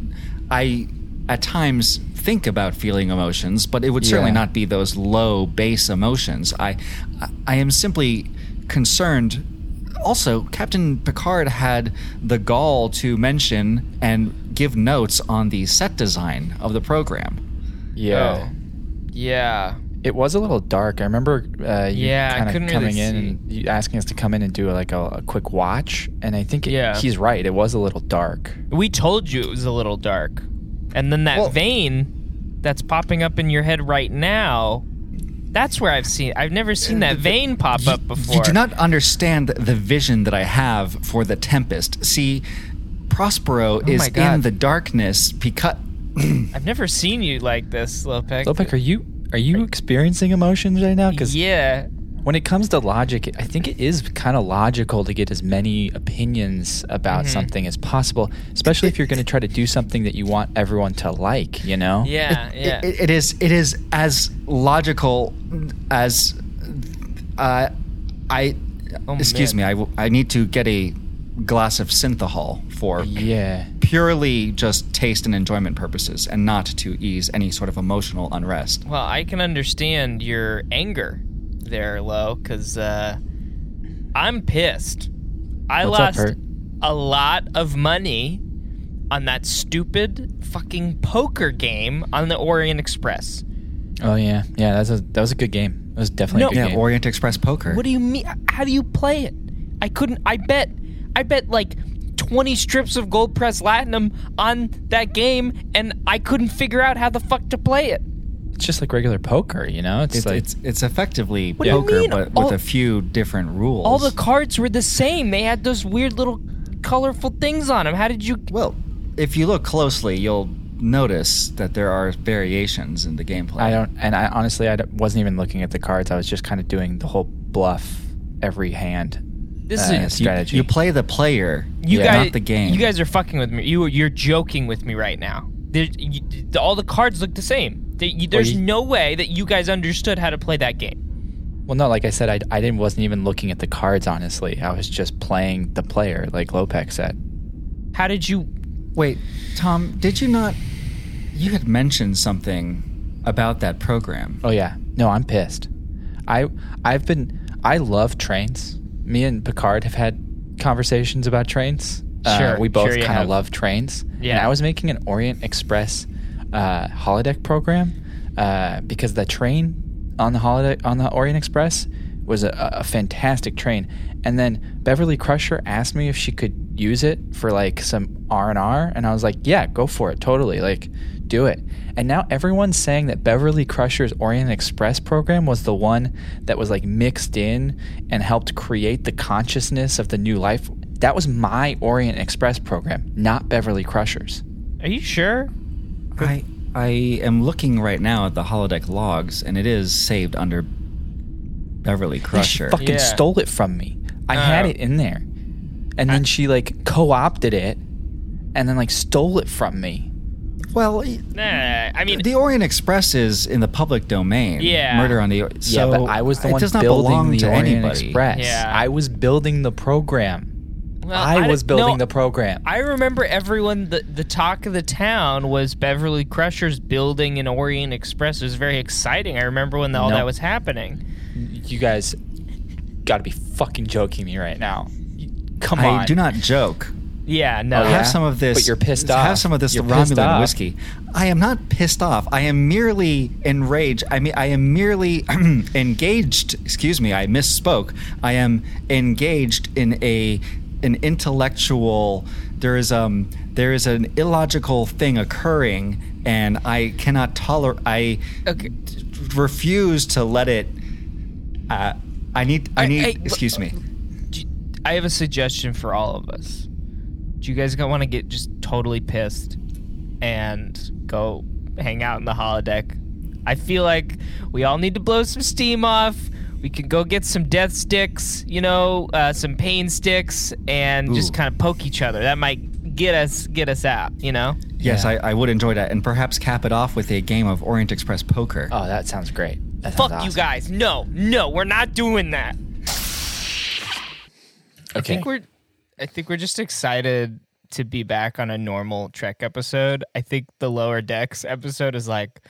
[SPEAKER 3] I at times think about feeling emotions, but it would certainly
[SPEAKER 1] Yeah.
[SPEAKER 3] not be those low base emotions. I, I, I am simply concerned. Also, Captain Picard had the gall to mention and give notes on the set design of the program.
[SPEAKER 1] Yeah.
[SPEAKER 2] Oh. Yeah.
[SPEAKER 1] It was a little dark. I remember uh, you
[SPEAKER 2] Yeah, I
[SPEAKER 1] kind of
[SPEAKER 2] couldn't really
[SPEAKER 1] coming in and you asking us to come in and do like a, a quick watch. And I think it-
[SPEAKER 2] Yeah.
[SPEAKER 1] he's right. It was a little dark.
[SPEAKER 2] We told you it was a little dark. And then that
[SPEAKER 1] Well-
[SPEAKER 2] vein that's popping up in your head right now, that's where I've seen I've never seen that vein pop up before.
[SPEAKER 3] Uh, You do not understand the vision that I have for the Tempest. See, Prospero is
[SPEAKER 2] Oh my God.
[SPEAKER 3] in the darkness because.
[SPEAKER 2] I've never seen you like this, Lopek.
[SPEAKER 1] Lopek, are you are you experiencing emotions right now? Because
[SPEAKER 2] Yeah.
[SPEAKER 1] when it comes to logic, I think it is kind of logical to get as many opinions about
[SPEAKER 2] Mm-hmm.
[SPEAKER 1] something as possible, especially if you're going to try to do something that you want everyone to like. You know?
[SPEAKER 2] Yeah, Uh, yeah.
[SPEAKER 3] It, it is it is as logical as uh, I
[SPEAKER 2] Oh,
[SPEAKER 3] excuse
[SPEAKER 2] man.
[SPEAKER 3] me I, w- I need to get a glass of synthahol for
[SPEAKER 1] Yeah.
[SPEAKER 3] purely just taste and enjoyment purposes and not to ease any sort of emotional unrest.
[SPEAKER 2] Well, I can understand your anger there, Lo, because uh, I'm pissed. I
[SPEAKER 1] What's up,
[SPEAKER 2] lost
[SPEAKER 1] Hurt?
[SPEAKER 2] a lot of money on that stupid fucking poker game on the Orient Express.
[SPEAKER 1] Oh yeah. Yeah. That's a that was a good game. That was definitely
[SPEAKER 2] No.
[SPEAKER 1] a good
[SPEAKER 3] Yeah,
[SPEAKER 1] game.
[SPEAKER 3] Orient Express poker.
[SPEAKER 2] What do you mean? How do you play it? I couldn't. I bet. I bet like. 20 strips of gold press latinum on that game and I couldn't figure out how the fuck to play it.
[SPEAKER 1] it's just like regular poker. You know? It's,
[SPEAKER 3] it's,
[SPEAKER 1] like
[SPEAKER 3] it's it's effectively
[SPEAKER 2] do you
[SPEAKER 3] poker
[SPEAKER 2] mean?
[SPEAKER 3] but
[SPEAKER 2] All-
[SPEAKER 3] with a few different rules.
[SPEAKER 2] all the cards were the same. They had those weird little colorful things on them. How did you?
[SPEAKER 3] well, if you look closely, you'll notice that there are variations in the gameplay.
[SPEAKER 1] I don't, and I honestly, I d- wasn't even looking at the cards. I was just kind of doing the whole bluff every hand.
[SPEAKER 2] This
[SPEAKER 1] Uh,
[SPEAKER 2] is
[SPEAKER 1] it's- strategy.
[SPEAKER 3] You, you play the player,
[SPEAKER 2] you
[SPEAKER 1] yeah.
[SPEAKER 2] guys.
[SPEAKER 3] not the game.
[SPEAKER 2] You guys are fucking with me. You you're joking with me right now. There, you, the- all the cards look the same. They, you, there's
[SPEAKER 1] you-
[SPEAKER 2] no way that you guys understood how to play that game.
[SPEAKER 1] Well, no, like I said, I, I didn't wasn't even looking at the cards. Honestly, I was just playing the player, like Lopek said.
[SPEAKER 2] How did you?
[SPEAKER 3] Wait, Tom, did you not? You had mentioned something about that program.
[SPEAKER 1] Oh yeah, no, I'm pissed. I I've been I love trains. Me and Picard have had conversations about trains. Uh,
[SPEAKER 2] Sure,
[SPEAKER 1] we both
[SPEAKER 2] sure you
[SPEAKER 1] kind
[SPEAKER 2] have.
[SPEAKER 1] of love trains.
[SPEAKER 2] Yeah.
[SPEAKER 1] and I was making an Orient Express uh, holodeck program uh, because the train on the holiday on the Orient Express was a, a fantastic train. And then Beverly Crusher asked me if she could use it for like some R and R, and I was like, "Yeah, go for it, totally, like, do it." And now everyone's saying that Beverly Crusher's Orient Express program was the one that was like mixed in and helped create the consciousness of the new life. That was my Orient Express program, not Beverly Crusher's.
[SPEAKER 2] Are you sure?
[SPEAKER 3] I I am looking right now at the holodeck logs, and it is saved under Beverly Crusher.
[SPEAKER 1] She fucking
[SPEAKER 2] Yeah.
[SPEAKER 1] stole it from me. I had
[SPEAKER 2] Oh.
[SPEAKER 1] it in there. And then she like co-opted it and then like stole it from me.
[SPEAKER 3] well,
[SPEAKER 2] Nah. I mean,
[SPEAKER 3] the Orient Express is in the public domain.
[SPEAKER 2] Yeah.
[SPEAKER 3] murder on the. Or- So
[SPEAKER 1] yeah, but I was the
[SPEAKER 3] it
[SPEAKER 1] one
[SPEAKER 3] does not belong
[SPEAKER 1] building the
[SPEAKER 3] to
[SPEAKER 1] Orient
[SPEAKER 3] anybody.
[SPEAKER 1] Express.
[SPEAKER 2] Yeah.
[SPEAKER 1] I was building the program.
[SPEAKER 2] well,
[SPEAKER 1] I,
[SPEAKER 2] don't-
[SPEAKER 1] was building
[SPEAKER 2] no,
[SPEAKER 1] the program.
[SPEAKER 2] I remember everyone. The, the talk of the town was Beverly Crusher's building an Orient Express. It was very exciting. I remember when all
[SPEAKER 1] No.
[SPEAKER 2] that was happening.
[SPEAKER 1] you guys got to be fucking joking me right now. You- Come on.
[SPEAKER 3] I do not joke.
[SPEAKER 2] Yeah, no.
[SPEAKER 1] Oh, yeah?
[SPEAKER 3] Have some of this.
[SPEAKER 1] But you're pissed
[SPEAKER 3] Have
[SPEAKER 1] off.
[SPEAKER 3] some of this
[SPEAKER 1] You're pissed
[SPEAKER 3] Romulan
[SPEAKER 1] off.
[SPEAKER 3] whiskey. I am not pissed off. I am merely enraged. I mean, I am merely engaged. Excuse me, I misspoke. I am engaged in a an intellectual. There is um there is an illogical thing occurring, and I cannot tolerate. I
[SPEAKER 2] Okay.
[SPEAKER 3] refuse to let it. Uh, I need. I
[SPEAKER 2] I-
[SPEAKER 3] need.
[SPEAKER 2] I-
[SPEAKER 3] excuse me.
[SPEAKER 2] Do you- I have a suggestion for all of us. Do you guys want to get just totally pissed and go hang out in the holodeck? I feel like we all need to blow some steam off. We can go get some death sticks, you know, uh, some pain sticks, and just
[SPEAKER 3] Ooh.
[SPEAKER 2] kind of poke each other. That might get us get us out, you know.
[SPEAKER 3] Yes, I, I would enjoy that, and perhaps cap it off with a game of Orient Express poker.
[SPEAKER 1] oh, that sounds great. That sounds
[SPEAKER 2] Fuck
[SPEAKER 1] awesome.
[SPEAKER 2] you guys! No, no, we're not doing that.
[SPEAKER 1] Okay.
[SPEAKER 2] I think we're I think we're just excited to be back on a normal Trek episode. I think the lower decks episode is like,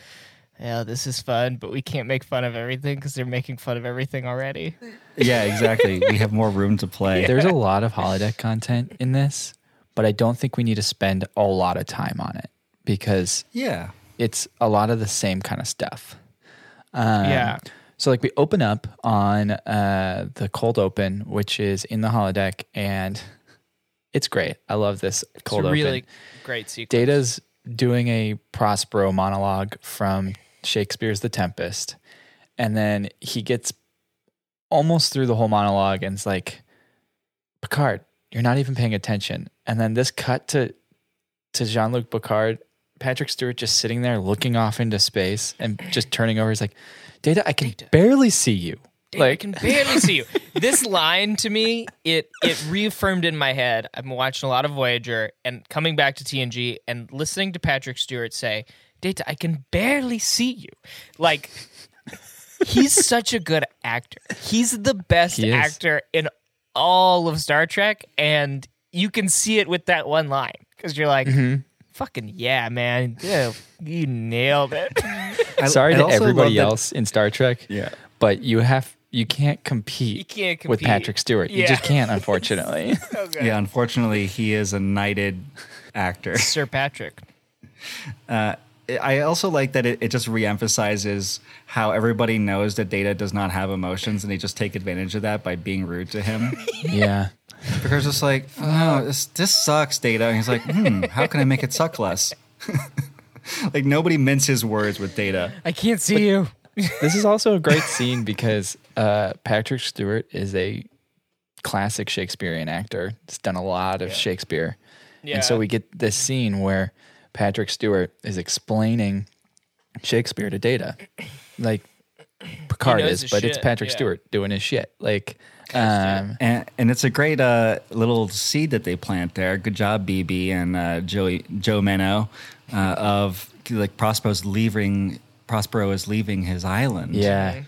[SPEAKER 2] yeah, this is fun, but we can't make fun of everything because they're making fun of everything already.
[SPEAKER 3] Yeah, exactly. we have more room to play.
[SPEAKER 1] There's a lot of holodeck content in this, but I don't think we need to spend a lot of time on it because
[SPEAKER 3] Yeah.
[SPEAKER 1] it's a lot of the same kind of stuff. Um,
[SPEAKER 2] yeah.
[SPEAKER 1] So like we open up on uh, the cold open, which is in the holodeck, and it's great. I love this cold
[SPEAKER 2] it's a
[SPEAKER 1] open.
[SPEAKER 2] really great sequence.
[SPEAKER 1] Data's doing a Prospero monologue from Shakespeare's The Tempest, and then he gets almost through the whole monologue and it's like, Picard, you're not even paying attention. And then this cut to to Jean Luc Picard, Patrick Stewart just sitting there looking off into space and just turning over. He's like, Data, I can barely see you.
[SPEAKER 2] I can barely see you. This line to me, it it reaffirmed in my head. I've been watching a lot of Voyager and coming back to TNG and listening to Patrick Stewart say, "Data, I can barely see you." Like he's such a good actor. He's the best
[SPEAKER 1] He is.
[SPEAKER 2] actor in all of Star Trek, and you can see it with that one line because you're like.
[SPEAKER 1] Mm-hmm.
[SPEAKER 2] Fucking yeah, man! Yeah, you nailed it.
[SPEAKER 3] I-
[SPEAKER 1] Sorry
[SPEAKER 3] I
[SPEAKER 1] to
[SPEAKER 3] also love
[SPEAKER 1] everybody
[SPEAKER 3] that-
[SPEAKER 1] else in Star Trek.
[SPEAKER 3] Yeah.
[SPEAKER 1] But you have you can't compete,
[SPEAKER 2] You can't
[SPEAKER 1] with
[SPEAKER 2] compete.
[SPEAKER 1] Patrick Stewart. You
[SPEAKER 2] Yeah.
[SPEAKER 1] just can't, unfortunately.
[SPEAKER 3] Yeah, unfortunately, he is a knighted actor. Uh,
[SPEAKER 2] Sir Patrick.
[SPEAKER 3] I also like that it, it just reemphasizes how everybody knows that Data does not have emotions, and they just take advantage of that by being rude to him.
[SPEAKER 1] yeah.
[SPEAKER 3] Picard's just like, oh, this, this sucks, Data. And he's like, hmm, how can I make it suck less? like, nobody mints his words with Data.
[SPEAKER 2] I can't see you.
[SPEAKER 1] This is also a great scene because uh, Patrick Stewart is a classic Shakespearean actor. He's done a lot of Shakespeare. And so
[SPEAKER 2] Yeah.
[SPEAKER 1] we get this scene where Patrick Stewart is explaining Shakespeare to Data. Like Picard
[SPEAKER 2] knows
[SPEAKER 1] is,
[SPEAKER 2] his
[SPEAKER 1] but it's
[SPEAKER 2] shit,
[SPEAKER 1] Patrick
[SPEAKER 2] yeah.
[SPEAKER 1] Stewart doing his shit. Like um,
[SPEAKER 3] And, and it's a great uh, little seed that they plant there. Good job, BB and uh, Joey, Joe Meno, uh, of like Prospero's leaving. Prospero is leaving his island.
[SPEAKER 2] Mm-hmm.
[SPEAKER 1] yeah.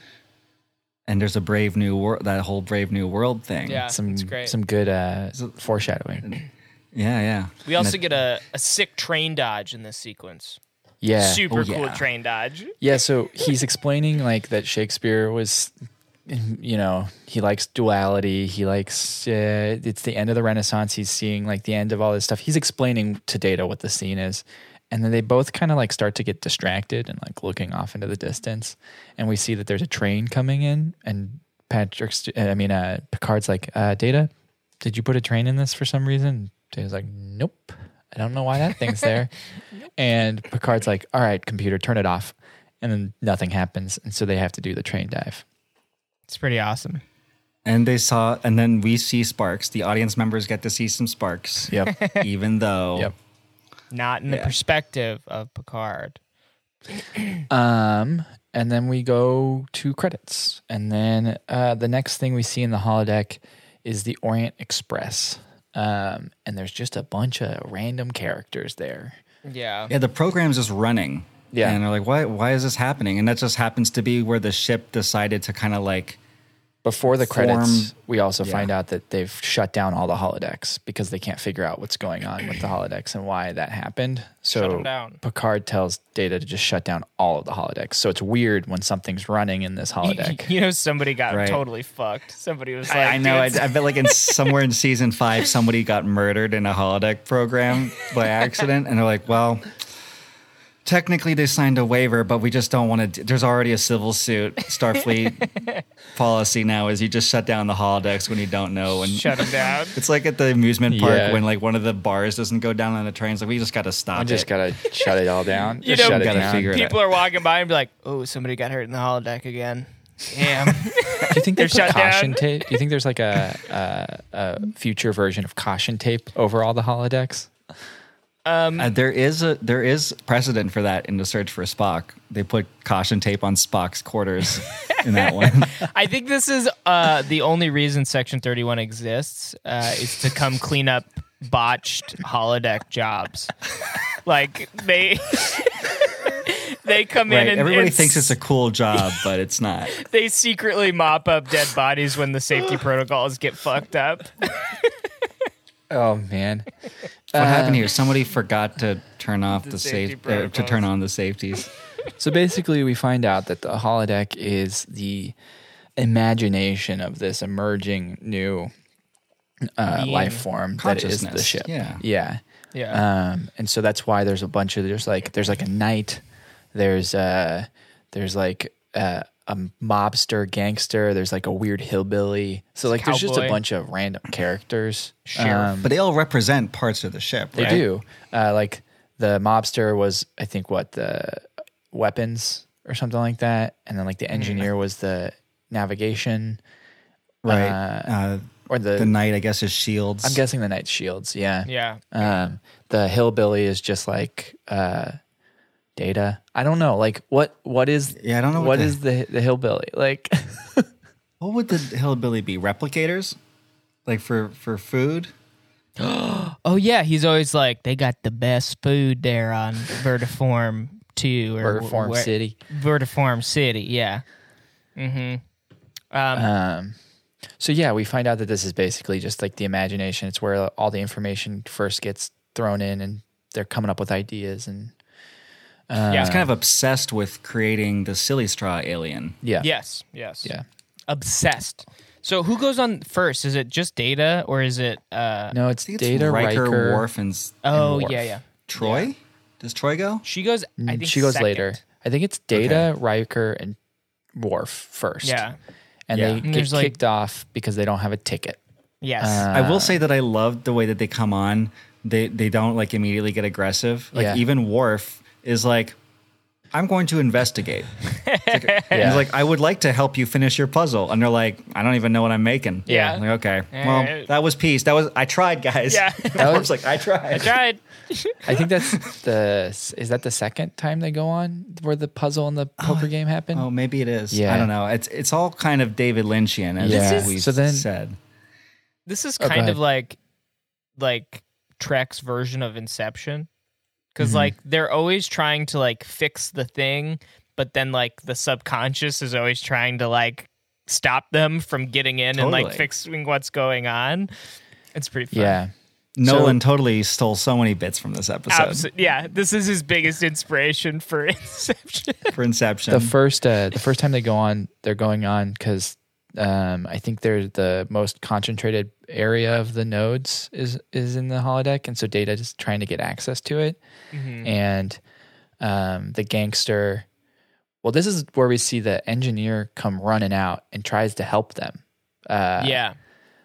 [SPEAKER 3] and there's a brave new world. That whole brave new world thing.
[SPEAKER 2] Yeah,
[SPEAKER 1] Some
[SPEAKER 2] it's great.
[SPEAKER 1] some good uh, foreshadowing.
[SPEAKER 3] yeah, yeah.
[SPEAKER 2] We also get a, a sick train dodge in this sequence.
[SPEAKER 1] Yeah.
[SPEAKER 2] Super
[SPEAKER 3] Oh, yeah.
[SPEAKER 2] cool train dodge.
[SPEAKER 1] Yeah, so he's explaining like that Shakespeare was, you know, he likes duality. He likes uh, it's the end of the Renaissance. He's seeing like the end of all this stuff. He's explaining to Data what the scene is, and then they both kind of like start to get distracted and like looking off into the distance, and we see that there's a train coming in, and Patrick, St- I mean, uh, Picard's like, uh, Data, did you put a train in this for some reason? Data's like, nope. I don't know why that thing's there. And Picard's like, all right, computer, turn it off. And then nothing happens. And so they have to do the train dive.
[SPEAKER 2] It's pretty awesome.
[SPEAKER 3] And they saw, and then we see sparks. The audience members get to see some sparks.
[SPEAKER 1] Yep.
[SPEAKER 3] Even though,
[SPEAKER 1] Yep.
[SPEAKER 2] Not in the perspective of Picard.
[SPEAKER 1] um, and then we go to credits. And then uh, the next thing we see in the holodeck is the Orient Express. Um, and there's just a bunch of random characters there.
[SPEAKER 2] Yeah.
[SPEAKER 3] yeah, the program's just running.
[SPEAKER 1] Yeah.
[SPEAKER 3] and they're like, why? Why is this happening? And that just happens to be where the ship decided to kind of like,
[SPEAKER 1] Before the credits,
[SPEAKER 3] Form-
[SPEAKER 1] we also find out that they've shut down all the holodecks because they can't figure out what's going on with the holodecks and why that happened. So
[SPEAKER 2] 'em down.
[SPEAKER 1] Picard tells Data to just shut down all of the holodecks. So it's weird when something's running in this holodeck.
[SPEAKER 2] You know, somebody got
[SPEAKER 3] Right.
[SPEAKER 2] totally fucked. Somebody was like,
[SPEAKER 3] I, I know. I,
[SPEAKER 2] "Dude,
[SPEAKER 3] I bet like in somewhere in season five, somebody got murdered in a holodeck program by accident, and they're like, well. Technically, they signed a waiver, but we just don't want to. There's already a civil suit. Starfleet policy now is you just shut down the holodecks when you don't know. And
[SPEAKER 2] shut him down.
[SPEAKER 3] It's like at the amusement park
[SPEAKER 1] Yeah.
[SPEAKER 3] when like one of the bars doesn't go down on the trains. Like we just got to stop.
[SPEAKER 1] I just
[SPEAKER 3] it.
[SPEAKER 1] gotta shut it all down.
[SPEAKER 2] You
[SPEAKER 1] Just
[SPEAKER 2] know,
[SPEAKER 1] shut it
[SPEAKER 3] gotta
[SPEAKER 1] down.
[SPEAKER 3] figure it
[SPEAKER 2] People are walking by and be like, oh, somebody got hurt in the holodeck again.
[SPEAKER 1] Do
[SPEAKER 2] Damn.
[SPEAKER 1] you think they
[SPEAKER 2] They're
[SPEAKER 1] put
[SPEAKER 2] shut down.
[SPEAKER 1] caution tape? Do you think there's like a, a, a future version of caution tape over all the holodecks?
[SPEAKER 3] Uh, there is a there is precedent for that in the search for Spock. They put caution tape on Spock's quarters in that one.
[SPEAKER 2] I think this is uh, the only reason Section 31 exists uh, is to come clean up botched holodeck jobs. Like they they come
[SPEAKER 3] right.
[SPEAKER 2] in and
[SPEAKER 3] Everybody
[SPEAKER 2] and
[SPEAKER 3] thinks it's a cool job, but it's not.
[SPEAKER 2] they secretly mop up dead bodies when the safety protocols get fucked up.
[SPEAKER 1] Oh man.
[SPEAKER 3] What happened here? Somebody forgot to turn off the, safe uh, to turn on the safeties.
[SPEAKER 1] So basically, we find out that the holodeck is the imagination of this emerging new uh,
[SPEAKER 2] Being.
[SPEAKER 1] life form that is the
[SPEAKER 3] Consciousness,
[SPEAKER 1] ship.
[SPEAKER 3] yeah.
[SPEAKER 1] yeah,
[SPEAKER 3] Uh,
[SPEAKER 2] Yeah.
[SPEAKER 1] Um, and so that's why there's a bunch of there's like there's like a knight, there's uh there's like uh, a mobster gangster, there's like a weird hillbilly. So like there's just a
[SPEAKER 2] Cowboy.
[SPEAKER 1] bunch of random characters.
[SPEAKER 2] Sheriff.
[SPEAKER 3] But they all represent parts of the ship.
[SPEAKER 1] Um, They
[SPEAKER 3] right?
[SPEAKER 1] do. Uh, like the mobster was, I think, what the weapons or something like that, and then like the
[SPEAKER 2] Hmm.
[SPEAKER 1] engineer was the navigation
[SPEAKER 3] right?
[SPEAKER 1] Uh,
[SPEAKER 3] Uh,
[SPEAKER 1] or the.
[SPEAKER 3] the knight, I guess, is shields.
[SPEAKER 1] I'm guessing the night shields. Yeah.
[SPEAKER 2] Yeah.
[SPEAKER 1] Um, the hillbilly is just like uh, data. I don't know. Like what? What is?
[SPEAKER 3] Yeah, I don't know what
[SPEAKER 1] what
[SPEAKER 3] the-
[SPEAKER 1] is the the hillbilly like?
[SPEAKER 3] What would the hillbilly be? Replicators, like for for food.
[SPEAKER 2] Oh yeah, he's always like they got the best food there on Vertiform Two or
[SPEAKER 1] Vertiform
[SPEAKER 2] where-
[SPEAKER 1] City.
[SPEAKER 2] Vertiform City, yeah.
[SPEAKER 1] Um, so yeah, we find out that this is basically just like the imagination. It's where all the information first gets thrown in, and they're coming up with ideas. And
[SPEAKER 3] yeah, I was kind of obsessed with creating the silly straw alien.
[SPEAKER 1] yeah,
[SPEAKER 2] Yes, yes,
[SPEAKER 1] yeah.
[SPEAKER 2] Obsessed. So who goes on first? Is it just Data or is it? uh
[SPEAKER 1] No, it's
[SPEAKER 3] I think it's
[SPEAKER 1] Data
[SPEAKER 3] Riker,
[SPEAKER 1] Riker.
[SPEAKER 3] Worf, and s- and
[SPEAKER 2] Oh
[SPEAKER 3] Worf.
[SPEAKER 2] yeah, yeah.
[SPEAKER 3] Troy. Does Troy go?
[SPEAKER 2] She goes. I think
[SPEAKER 1] Mm, she goes
[SPEAKER 2] second.
[SPEAKER 1] later. I think it's Data, Riker, and Worf first.
[SPEAKER 2] Yeah.
[SPEAKER 1] and
[SPEAKER 3] Yeah.
[SPEAKER 1] they
[SPEAKER 3] And
[SPEAKER 1] get
[SPEAKER 2] there's,
[SPEAKER 1] kicked
[SPEAKER 2] like-
[SPEAKER 1] off because they don't have a ticket.
[SPEAKER 2] Yes.
[SPEAKER 1] Uh,
[SPEAKER 3] I will say that I loved the way that they come on. They they don't like immediately get aggressive. Like
[SPEAKER 1] Yeah.
[SPEAKER 3] even Worf is like, I'm going to investigate. And
[SPEAKER 1] Yeah.
[SPEAKER 3] He's like, I would like to help you finish your puzzle, and they're like, I don't even know what I'm making.
[SPEAKER 2] Yeah.
[SPEAKER 3] I'm like okay. Well,
[SPEAKER 2] right.
[SPEAKER 3] that was peace. That was I tried, guys.
[SPEAKER 2] Yeah.
[SPEAKER 3] I was like, I tried.
[SPEAKER 2] I tried.
[SPEAKER 1] I think that's the is that the second time they go on where the puzzle and the poker game happen.
[SPEAKER 3] Oh, maybe it is.
[SPEAKER 1] Yeah.
[SPEAKER 3] I don't know. It's it's all kind of David Lynchian, as
[SPEAKER 1] This
[SPEAKER 3] we
[SPEAKER 1] is- So then-
[SPEAKER 3] said.
[SPEAKER 2] This is
[SPEAKER 1] Oh, go
[SPEAKER 2] kind
[SPEAKER 1] ahead.
[SPEAKER 2] of like, like Trek's version of Inception,
[SPEAKER 1] Mm-hmm.
[SPEAKER 2] because like they're always trying to like fix the thing, but then like the subconscious is always trying to like stop them from getting in and like
[SPEAKER 3] Totally.
[SPEAKER 2] fixing what's going on. It's pretty fun.
[SPEAKER 1] yeah,
[SPEAKER 3] Nolan totally stole so many bits from this episode
[SPEAKER 2] Abso- yeah, this is his biggest inspiration for Inception.
[SPEAKER 3] for Inception.
[SPEAKER 1] the first uh, the first time they go on, they're going on because um, I think they're the most concentrated area of the nodes is is in the holodeck, and so Data is trying to get access to it, and um, the gangster. Well, this is where we see the engineer come running out and tries to help them. Uh,
[SPEAKER 2] yeah,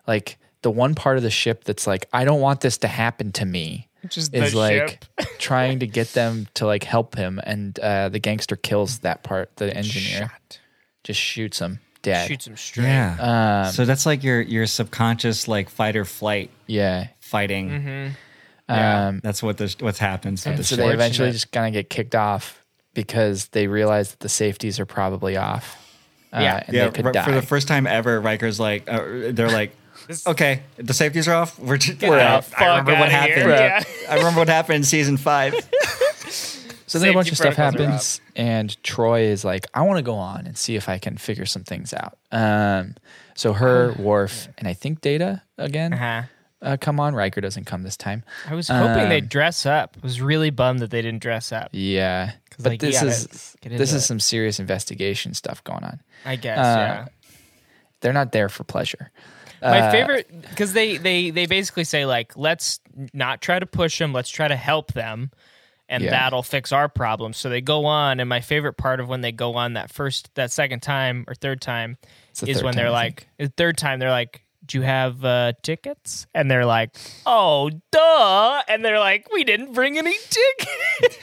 [SPEAKER 1] Like the one part of the ship that's like, I don't want this to happen to me.
[SPEAKER 2] which is,
[SPEAKER 1] Is
[SPEAKER 2] the
[SPEAKER 1] like
[SPEAKER 2] ship.
[SPEAKER 1] trying to get them to like help him, and uh, the gangster kills that part, the engineer
[SPEAKER 2] Shot.
[SPEAKER 1] just shoots him dead.
[SPEAKER 2] shoots him straight.
[SPEAKER 3] yeah. so that's like your your subconscious like fight or flight
[SPEAKER 1] Yeah.
[SPEAKER 3] fighting.
[SPEAKER 2] Yeah.
[SPEAKER 1] Um,
[SPEAKER 3] That's what this what's happens. with
[SPEAKER 1] and
[SPEAKER 3] the
[SPEAKER 1] so
[SPEAKER 3] ship.
[SPEAKER 1] they eventually
[SPEAKER 2] Fortunate.
[SPEAKER 1] just kind of get kicked off because they realize that the safeties are probably off. Uh,
[SPEAKER 2] Yeah.
[SPEAKER 1] And
[SPEAKER 3] yeah,
[SPEAKER 1] they could
[SPEAKER 3] ri-
[SPEAKER 1] die.
[SPEAKER 3] for the first time ever, Riker's like, uh, they're like, okay, the safeties are off. We're just, we're
[SPEAKER 2] the
[SPEAKER 3] out.
[SPEAKER 2] fuck
[SPEAKER 3] I remember
[SPEAKER 2] outta
[SPEAKER 3] what happened.
[SPEAKER 2] here. Yeah.
[SPEAKER 3] I remember what happened in season five.
[SPEAKER 1] so then a bunch
[SPEAKER 2] safety
[SPEAKER 1] of stuff
[SPEAKER 2] protocols are
[SPEAKER 1] happens, and Troy is like, I want to go on and see if I can figure some things out. Um, so her, Worf, and I think Data again
[SPEAKER 2] Ah. Uh-huh.
[SPEAKER 1] uh, come on. Riker doesn't come this time.
[SPEAKER 2] I was hoping
[SPEAKER 1] Um,
[SPEAKER 2] they'd dress up. I was really bummed that they didn't dress up.
[SPEAKER 1] Yeah. But
[SPEAKER 2] like, you
[SPEAKER 1] this
[SPEAKER 2] gotta
[SPEAKER 1] is
[SPEAKER 2] get into
[SPEAKER 1] this is
[SPEAKER 2] it.
[SPEAKER 1] some serious investigation stuff going on.
[SPEAKER 2] I guess.
[SPEAKER 1] Uh,
[SPEAKER 2] yeah.
[SPEAKER 1] They're not there for pleasure. Uh,
[SPEAKER 2] My favorite because they they they basically say like let's not try to push them, let's try to help them, and
[SPEAKER 1] Yeah.
[SPEAKER 2] that'll fix our problem. So they go on, and my favorite part of when they go on that first that second time or third time
[SPEAKER 1] the
[SPEAKER 2] is
[SPEAKER 1] third
[SPEAKER 2] when
[SPEAKER 1] time,
[SPEAKER 2] they're
[SPEAKER 1] I
[SPEAKER 2] like the third time they're like. Do you have uh, tickets? And they're like, "Oh, duh!" And they're like, "We didn't bring any tickets."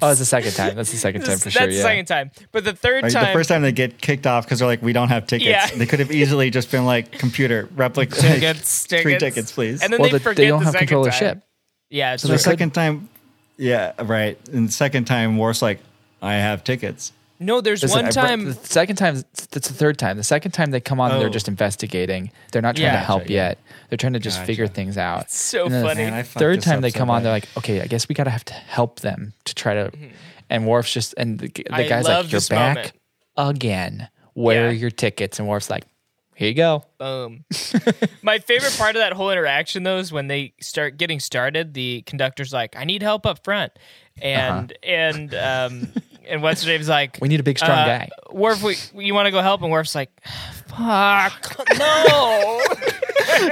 [SPEAKER 1] Oh, it's the second time. That's the second time
[SPEAKER 2] That's
[SPEAKER 1] for
[SPEAKER 2] the
[SPEAKER 1] sure. Yeah.
[SPEAKER 2] second time, but the third
[SPEAKER 3] Like,
[SPEAKER 2] time,
[SPEAKER 3] the first time they get kicked off because they're like, we don't have tickets.
[SPEAKER 2] Yeah.
[SPEAKER 3] They could have easily just been like, computer, replica, like,
[SPEAKER 2] tickets,
[SPEAKER 3] three tickets, please.
[SPEAKER 2] And then
[SPEAKER 1] Well,
[SPEAKER 2] they
[SPEAKER 1] the-
[SPEAKER 2] forget
[SPEAKER 1] they don't
[SPEAKER 2] the
[SPEAKER 1] have
[SPEAKER 2] second
[SPEAKER 1] control
[SPEAKER 2] time.
[SPEAKER 1] of the ship.
[SPEAKER 2] Yeah, so
[SPEAKER 3] the second time, yeah, right. And the second time, Worf's like, I have tickets.
[SPEAKER 2] no, there's
[SPEAKER 1] Listen,
[SPEAKER 2] one
[SPEAKER 1] I br-
[SPEAKER 2] time.
[SPEAKER 1] the second time, that's the third time. The second time they come on,
[SPEAKER 3] Oh.
[SPEAKER 1] they're just investigating. They're not trying
[SPEAKER 2] Yeah.
[SPEAKER 1] to help
[SPEAKER 3] Gotcha, yeah.
[SPEAKER 1] yet. They're trying to just figure things out.
[SPEAKER 2] so
[SPEAKER 1] And then
[SPEAKER 2] funny.
[SPEAKER 3] Man, I
[SPEAKER 1] The
[SPEAKER 3] fucked
[SPEAKER 1] third
[SPEAKER 3] this
[SPEAKER 1] time
[SPEAKER 3] up
[SPEAKER 1] they
[SPEAKER 3] so
[SPEAKER 1] come on,
[SPEAKER 3] bad.
[SPEAKER 1] they're like, okay, I guess we gotta have to help them to try to. And Worf's just and the, the
[SPEAKER 2] Mm-hmm. I
[SPEAKER 1] guy's
[SPEAKER 2] love
[SPEAKER 1] like, you're
[SPEAKER 2] this
[SPEAKER 1] back
[SPEAKER 2] moment.
[SPEAKER 1] again. Where are
[SPEAKER 2] Yeah.
[SPEAKER 1] your tickets? And Worf's like, here you go.
[SPEAKER 2] Boom. My favorite part of that whole interaction, though, is when they start getting started. The conductor's like, "I need help up front," and and um and what's her name's like,
[SPEAKER 1] We need a big, strong
[SPEAKER 2] uh,
[SPEAKER 1] guy."
[SPEAKER 2] Worf, we, you want to go help?" And Worf's like, "Fuck, no."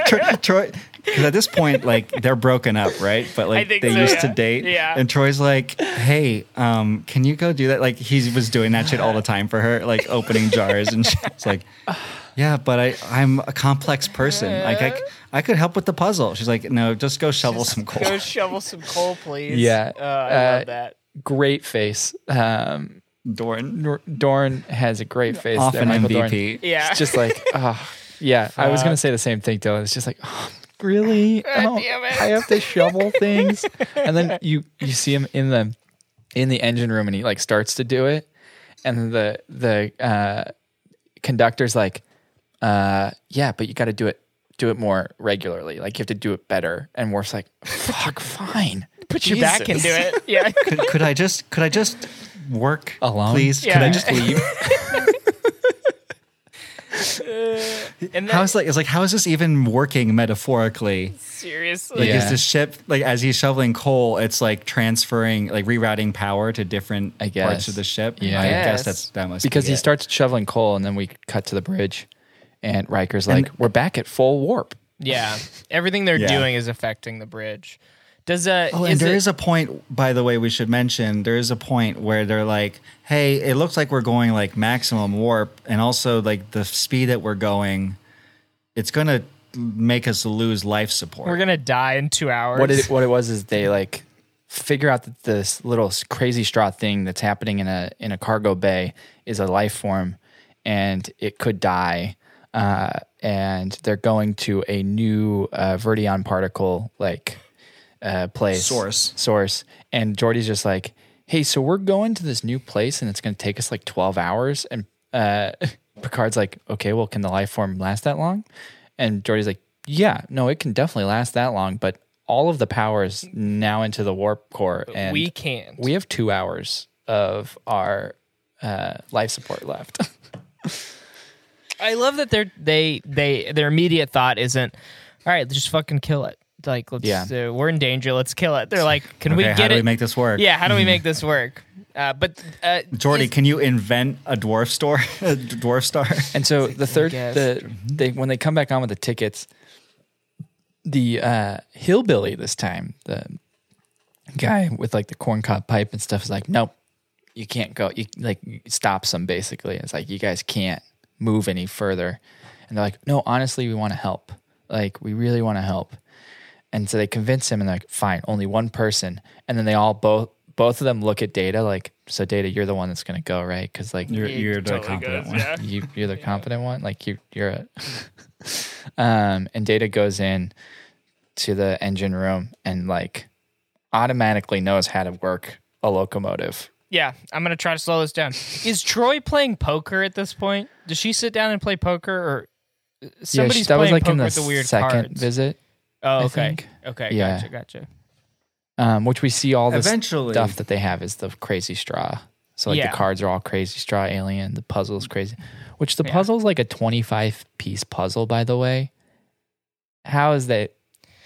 [SPEAKER 3] Tro- Troy, because at this point, like they're broken up, right? But like
[SPEAKER 2] think
[SPEAKER 3] they
[SPEAKER 2] so,
[SPEAKER 3] used
[SPEAKER 2] yeah.
[SPEAKER 3] to date.
[SPEAKER 2] Yeah.
[SPEAKER 3] And Troy's like, "Hey, um, can you go do that?" Like he was doing that shit all the time for her, like opening jars, and she's like, "Yeah, but I, I'm a complex person. Like I, c- I could help with the puzzle." She's like, "No, just go shovel some coal."
[SPEAKER 2] Go shovel some coal, please.
[SPEAKER 1] Yeah.
[SPEAKER 2] uh, I
[SPEAKER 1] Uh,
[SPEAKER 2] love that.
[SPEAKER 1] Great face. Um,
[SPEAKER 3] Dorn,
[SPEAKER 1] Nor- Dorn has a great face.
[SPEAKER 3] off
[SPEAKER 1] there,
[SPEAKER 3] an
[SPEAKER 1] Michael Dorn.
[SPEAKER 3] MVP.
[SPEAKER 2] Yeah,
[SPEAKER 1] It's just like, oh, yeah. I was gonna say the same thing, Dylan. It's just like, oh, really? Oh,
[SPEAKER 2] damn it.
[SPEAKER 1] I have to shovel things, and then you you see him in the in the engine room, and he like starts to do it, and the the uh, conductor's like, uh, yeah, but you got to do it do it more regularly. Like you have to do it better. And Worf's like, fuck, fine.
[SPEAKER 2] put your back into
[SPEAKER 1] Jesus.
[SPEAKER 2] it. Yeah,
[SPEAKER 3] Could, could I just, could I just work
[SPEAKER 1] Alone?
[SPEAKER 3] please? Could
[SPEAKER 2] Yeah.
[SPEAKER 3] I just leave?
[SPEAKER 1] Uh,
[SPEAKER 2] and then,
[SPEAKER 3] How's like it's like how is this even working metaphorically?
[SPEAKER 2] seriously,
[SPEAKER 3] Like
[SPEAKER 1] Yeah.
[SPEAKER 3] is the ship like as he's shoveling coal, it's like transferring like rerouting power to different
[SPEAKER 1] I guess.
[SPEAKER 3] parts of the ship.
[SPEAKER 1] Yeah.
[SPEAKER 3] I
[SPEAKER 2] Yes.
[SPEAKER 3] guess that's that must
[SPEAKER 1] because
[SPEAKER 3] be
[SPEAKER 1] he
[SPEAKER 3] it.
[SPEAKER 1] starts shoveling coal, and then we cut to the bridge, and Riker's like, "We're back at full warp."
[SPEAKER 2] yeah, everything they're
[SPEAKER 3] Yeah.
[SPEAKER 2] doing is affecting the bridge. Does uh,
[SPEAKER 3] Oh, and
[SPEAKER 2] is
[SPEAKER 3] there is
[SPEAKER 2] it-
[SPEAKER 3] a point, by the way, we should mention there is a point where they're like, hey, it looks like we're going like maximum warp. And also, like, the speed that we're going, it's going to make us lose life support.
[SPEAKER 2] we're gonna die in two hours.
[SPEAKER 1] What it what it was is they like figure out that this little s- crazy straw thing that's happening in a in a cargo bay is a life form, and it could die. Uh, and they're going to a new uh, Verdion particle like uh, place
[SPEAKER 3] Source.
[SPEAKER 1] source, and Jordy's just like, "Hey, so we're going to this new place, and it's going to take us like twelve hours." And uh, Picard's like, "Okay, well, can the life form last that long?" And Jordy's like, "Yeah, no, it can definitely last that long, but all of the power is now into the warp core, and
[SPEAKER 2] we can't.
[SPEAKER 1] we have two hours of our uh, life support left."
[SPEAKER 2] I love that they're they they their immediate thought isn't all right. Just fucking kill it. Like let's
[SPEAKER 1] Yeah.
[SPEAKER 2] uh, we're in danger. Let's kill it. They're like, can we
[SPEAKER 3] Okay,
[SPEAKER 2] get
[SPEAKER 3] how do
[SPEAKER 2] it?
[SPEAKER 3] we make this work?
[SPEAKER 2] yeah, how do we make this work? Uh, but uh,
[SPEAKER 3] Jordy,
[SPEAKER 2] is-
[SPEAKER 3] can you invent a dwarf store? a dwarf star?
[SPEAKER 1] And so the third,
[SPEAKER 2] guess.
[SPEAKER 1] the they when they come back on with the tickets, the uh, hillbilly this time, the guy with like the corncob pipe and stuff is like, nope, you can't go. You like you- stops them basically. It's like you guys can't move any further. And they're like, no, honestly, we want to help. Like we really want to help. And so they convince him, and they're like, fine, only one person. And then they all both both of them look at Data like, so Data, you're the one that's gonna go, right? Because like
[SPEAKER 3] You're, you're the
[SPEAKER 2] totally
[SPEAKER 3] competent
[SPEAKER 2] goes,
[SPEAKER 3] one.
[SPEAKER 2] yeah.
[SPEAKER 1] you you're the competent one like you you're a um and data goes in to the engine room and like automatically knows how to work a locomotive
[SPEAKER 2] Yeah, I'm gonna try to slow this down. Is Troy playing poker at this point? Does she sit down and play poker, or uh, somebody's
[SPEAKER 1] that
[SPEAKER 2] playing
[SPEAKER 1] was like
[SPEAKER 2] poker
[SPEAKER 1] in the,
[SPEAKER 2] with the weird
[SPEAKER 1] second
[SPEAKER 2] cards?
[SPEAKER 1] visit
[SPEAKER 2] oh,
[SPEAKER 1] I
[SPEAKER 2] okay,
[SPEAKER 1] think.
[SPEAKER 2] okay,
[SPEAKER 1] Yeah.
[SPEAKER 2] gotcha, gotcha.
[SPEAKER 1] um which we see all the
[SPEAKER 3] Eventually.
[SPEAKER 1] stuff that they have is the crazy straw so like
[SPEAKER 2] Yeah.
[SPEAKER 1] the cards are all crazy straw alien the puzzle's crazy which the puzzle's like a 25 piece puzzle by the way how is that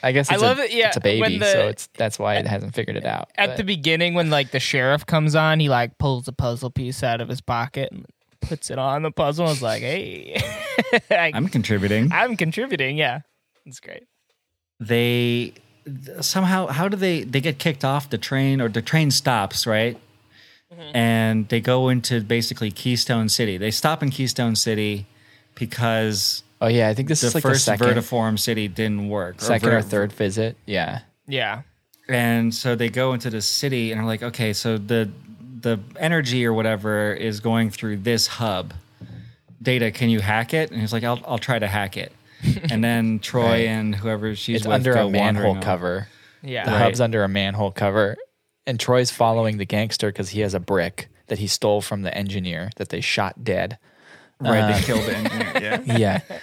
[SPEAKER 1] I guess
[SPEAKER 2] I
[SPEAKER 1] it's,
[SPEAKER 2] love
[SPEAKER 1] a,
[SPEAKER 2] it, yeah,
[SPEAKER 1] it's a
[SPEAKER 2] when
[SPEAKER 1] baby,
[SPEAKER 2] the-
[SPEAKER 1] so it's that's why it hasn't figured it out.
[SPEAKER 2] At
[SPEAKER 1] but-
[SPEAKER 2] the beginning, when like the sheriff comes on, he like pulls a puzzle piece out of his pocket and puts it on the puzzle. and is like, hey, I,
[SPEAKER 3] I'm
[SPEAKER 2] I'm,
[SPEAKER 3] contributing.
[SPEAKER 2] contributing. Yeah, it's great.
[SPEAKER 3] they somehow how do they they get kicked off the train or the train stops right and they go into basically keystone city they stop in keystone city because
[SPEAKER 1] Oh yeah, I think this
[SPEAKER 3] the
[SPEAKER 1] is like
[SPEAKER 3] first
[SPEAKER 1] the second,
[SPEAKER 3] vertiform city didn't work
[SPEAKER 1] second or
[SPEAKER 3] verti-
[SPEAKER 1] third visit. Yeah,
[SPEAKER 2] Yeah,
[SPEAKER 3] and so they go into the city and are like okay so the the energy or whatever is going through this hub data can you hack it and he's like i'll, I'll try to hack it and then troy and whoever she's
[SPEAKER 1] it's
[SPEAKER 3] with
[SPEAKER 1] under
[SPEAKER 3] go
[SPEAKER 1] a manhole
[SPEAKER 3] wandering off.
[SPEAKER 1] cover. The
[SPEAKER 2] yeah.
[SPEAKER 1] hub's under a manhole cover, and Troy's following the gangster because he has a brick that he stole from the engineer that they shot dead.
[SPEAKER 3] right they killed the engineer yeah
[SPEAKER 1] Yeah.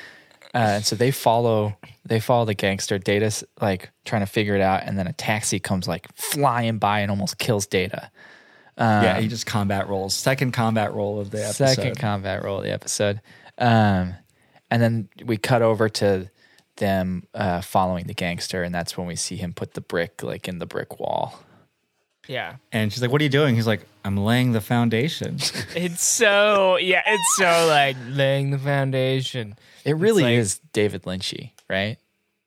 [SPEAKER 1] Uh, so they follow they follow the gangster. Data's like trying to figure it out, and then a taxi comes like flying by and almost kills Data.
[SPEAKER 3] yeah, he just combat rolls. Second combat roll of the episode.
[SPEAKER 1] Second combat roll of the episode. Um, And then we cut over to them uh, following the gangster, and that's when we see him put the brick like in the brick wall.
[SPEAKER 2] Yeah.
[SPEAKER 3] And she's like, "What are you doing?" He's like, "I'm laying the foundation."
[SPEAKER 2] It's so yeah, it's so like laying the foundation.
[SPEAKER 1] It really
[SPEAKER 2] like-
[SPEAKER 1] is David Lynchy, right?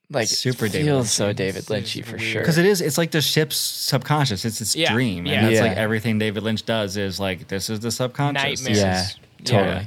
[SPEAKER 1] Like
[SPEAKER 3] Super
[SPEAKER 1] it
[SPEAKER 3] David
[SPEAKER 1] feels so David Lynchy for sure.
[SPEAKER 3] Because it is, it's like the ship's subconscious. It's its
[SPEAKER 2] Yeah.
[SPEAKER 3] dream, and
[SPEAKER 2] Yeah.
[SPEAKER 3] that's
[SPEAKER 1] Yeah.
[SPEAKER 3] like everything David Lynch does is like this is the subconscious.
[SPEAKER 2] Nightmare.
[SPEAKER 1] yeah,
[SPEAKER 2] is-
[SPEAKER 1] totally.
[SPEAKER 3] yeah.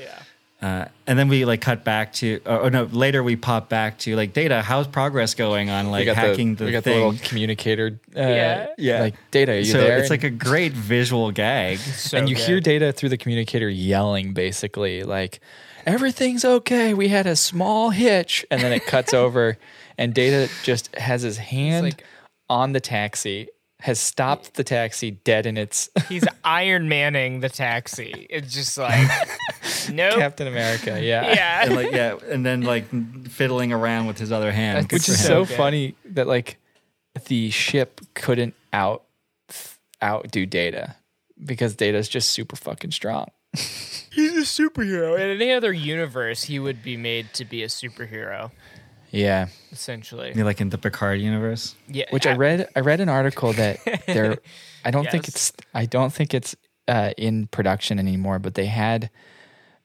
[SPEAKER 2] Yeah.
[SPEAKER 3] Uh, and then we like cut back to, oh oh, no, later we pop back to like Data. How's progress going on like hacking the,
[SPEAKER 1] we got
[SPEAKER 3] thing?
[SPEAKER 1] the little communicator. Uh,
[SPEAKER 2] Yeah.
[SPEAKER 3] Yeah.
[SPEAKER 1] like data. Are you
[SPEAKER 3] so
[SPEAKER 1] there?
[SPEAKER 3] it's like a great visual gag.
[SPEAKER 2] So
[SPEAKER 1] and you
[SPEAKER 2] good.
[SPEAKER 1] hear data through the communicator yelling basically like everything's okay we had a small hitch and then it cuts over and data just has his hand
[SPEAKER 2] like-
[SPEAKER 1] on the taxi has stopped the taxi dead in its
[SPEAKER 2] he's Iron Manning the taxi. It's just like nope.
[SPEAKER 1] captain america yeah,
[SPEAKER 2] yeah.
[SPEAKER 3] and like yeah, and then like fiddling around with his other hand,
[SPEAKER 1] which
[SPEAKER 3] Good
[SPEAKER 1] is
[SPEAKER 3] for
[SPEAKER 1] so
[SPEAKER 3] him.
[SPEAKER 2] good.
[SPEAKER 1] funny that like the ship couldn't out outdo data because data's just super fucking strong
[SPEAKER 2] He's a superhero. In any other universe, he would be made to be a superhero,
[SPEAKER 1] yeah
[SPEAKER 2] essentially.
[SPEAKER 3] You're, like in the Picard universe.
[SPEAKER 2] Yeah.
[SPEAKER 1] which I read. I read an article that they're. I don't think it's.
[SPEAKER 2] Yes.
[SPEAKER 1] I don't think it's uh, in production anymore. But they had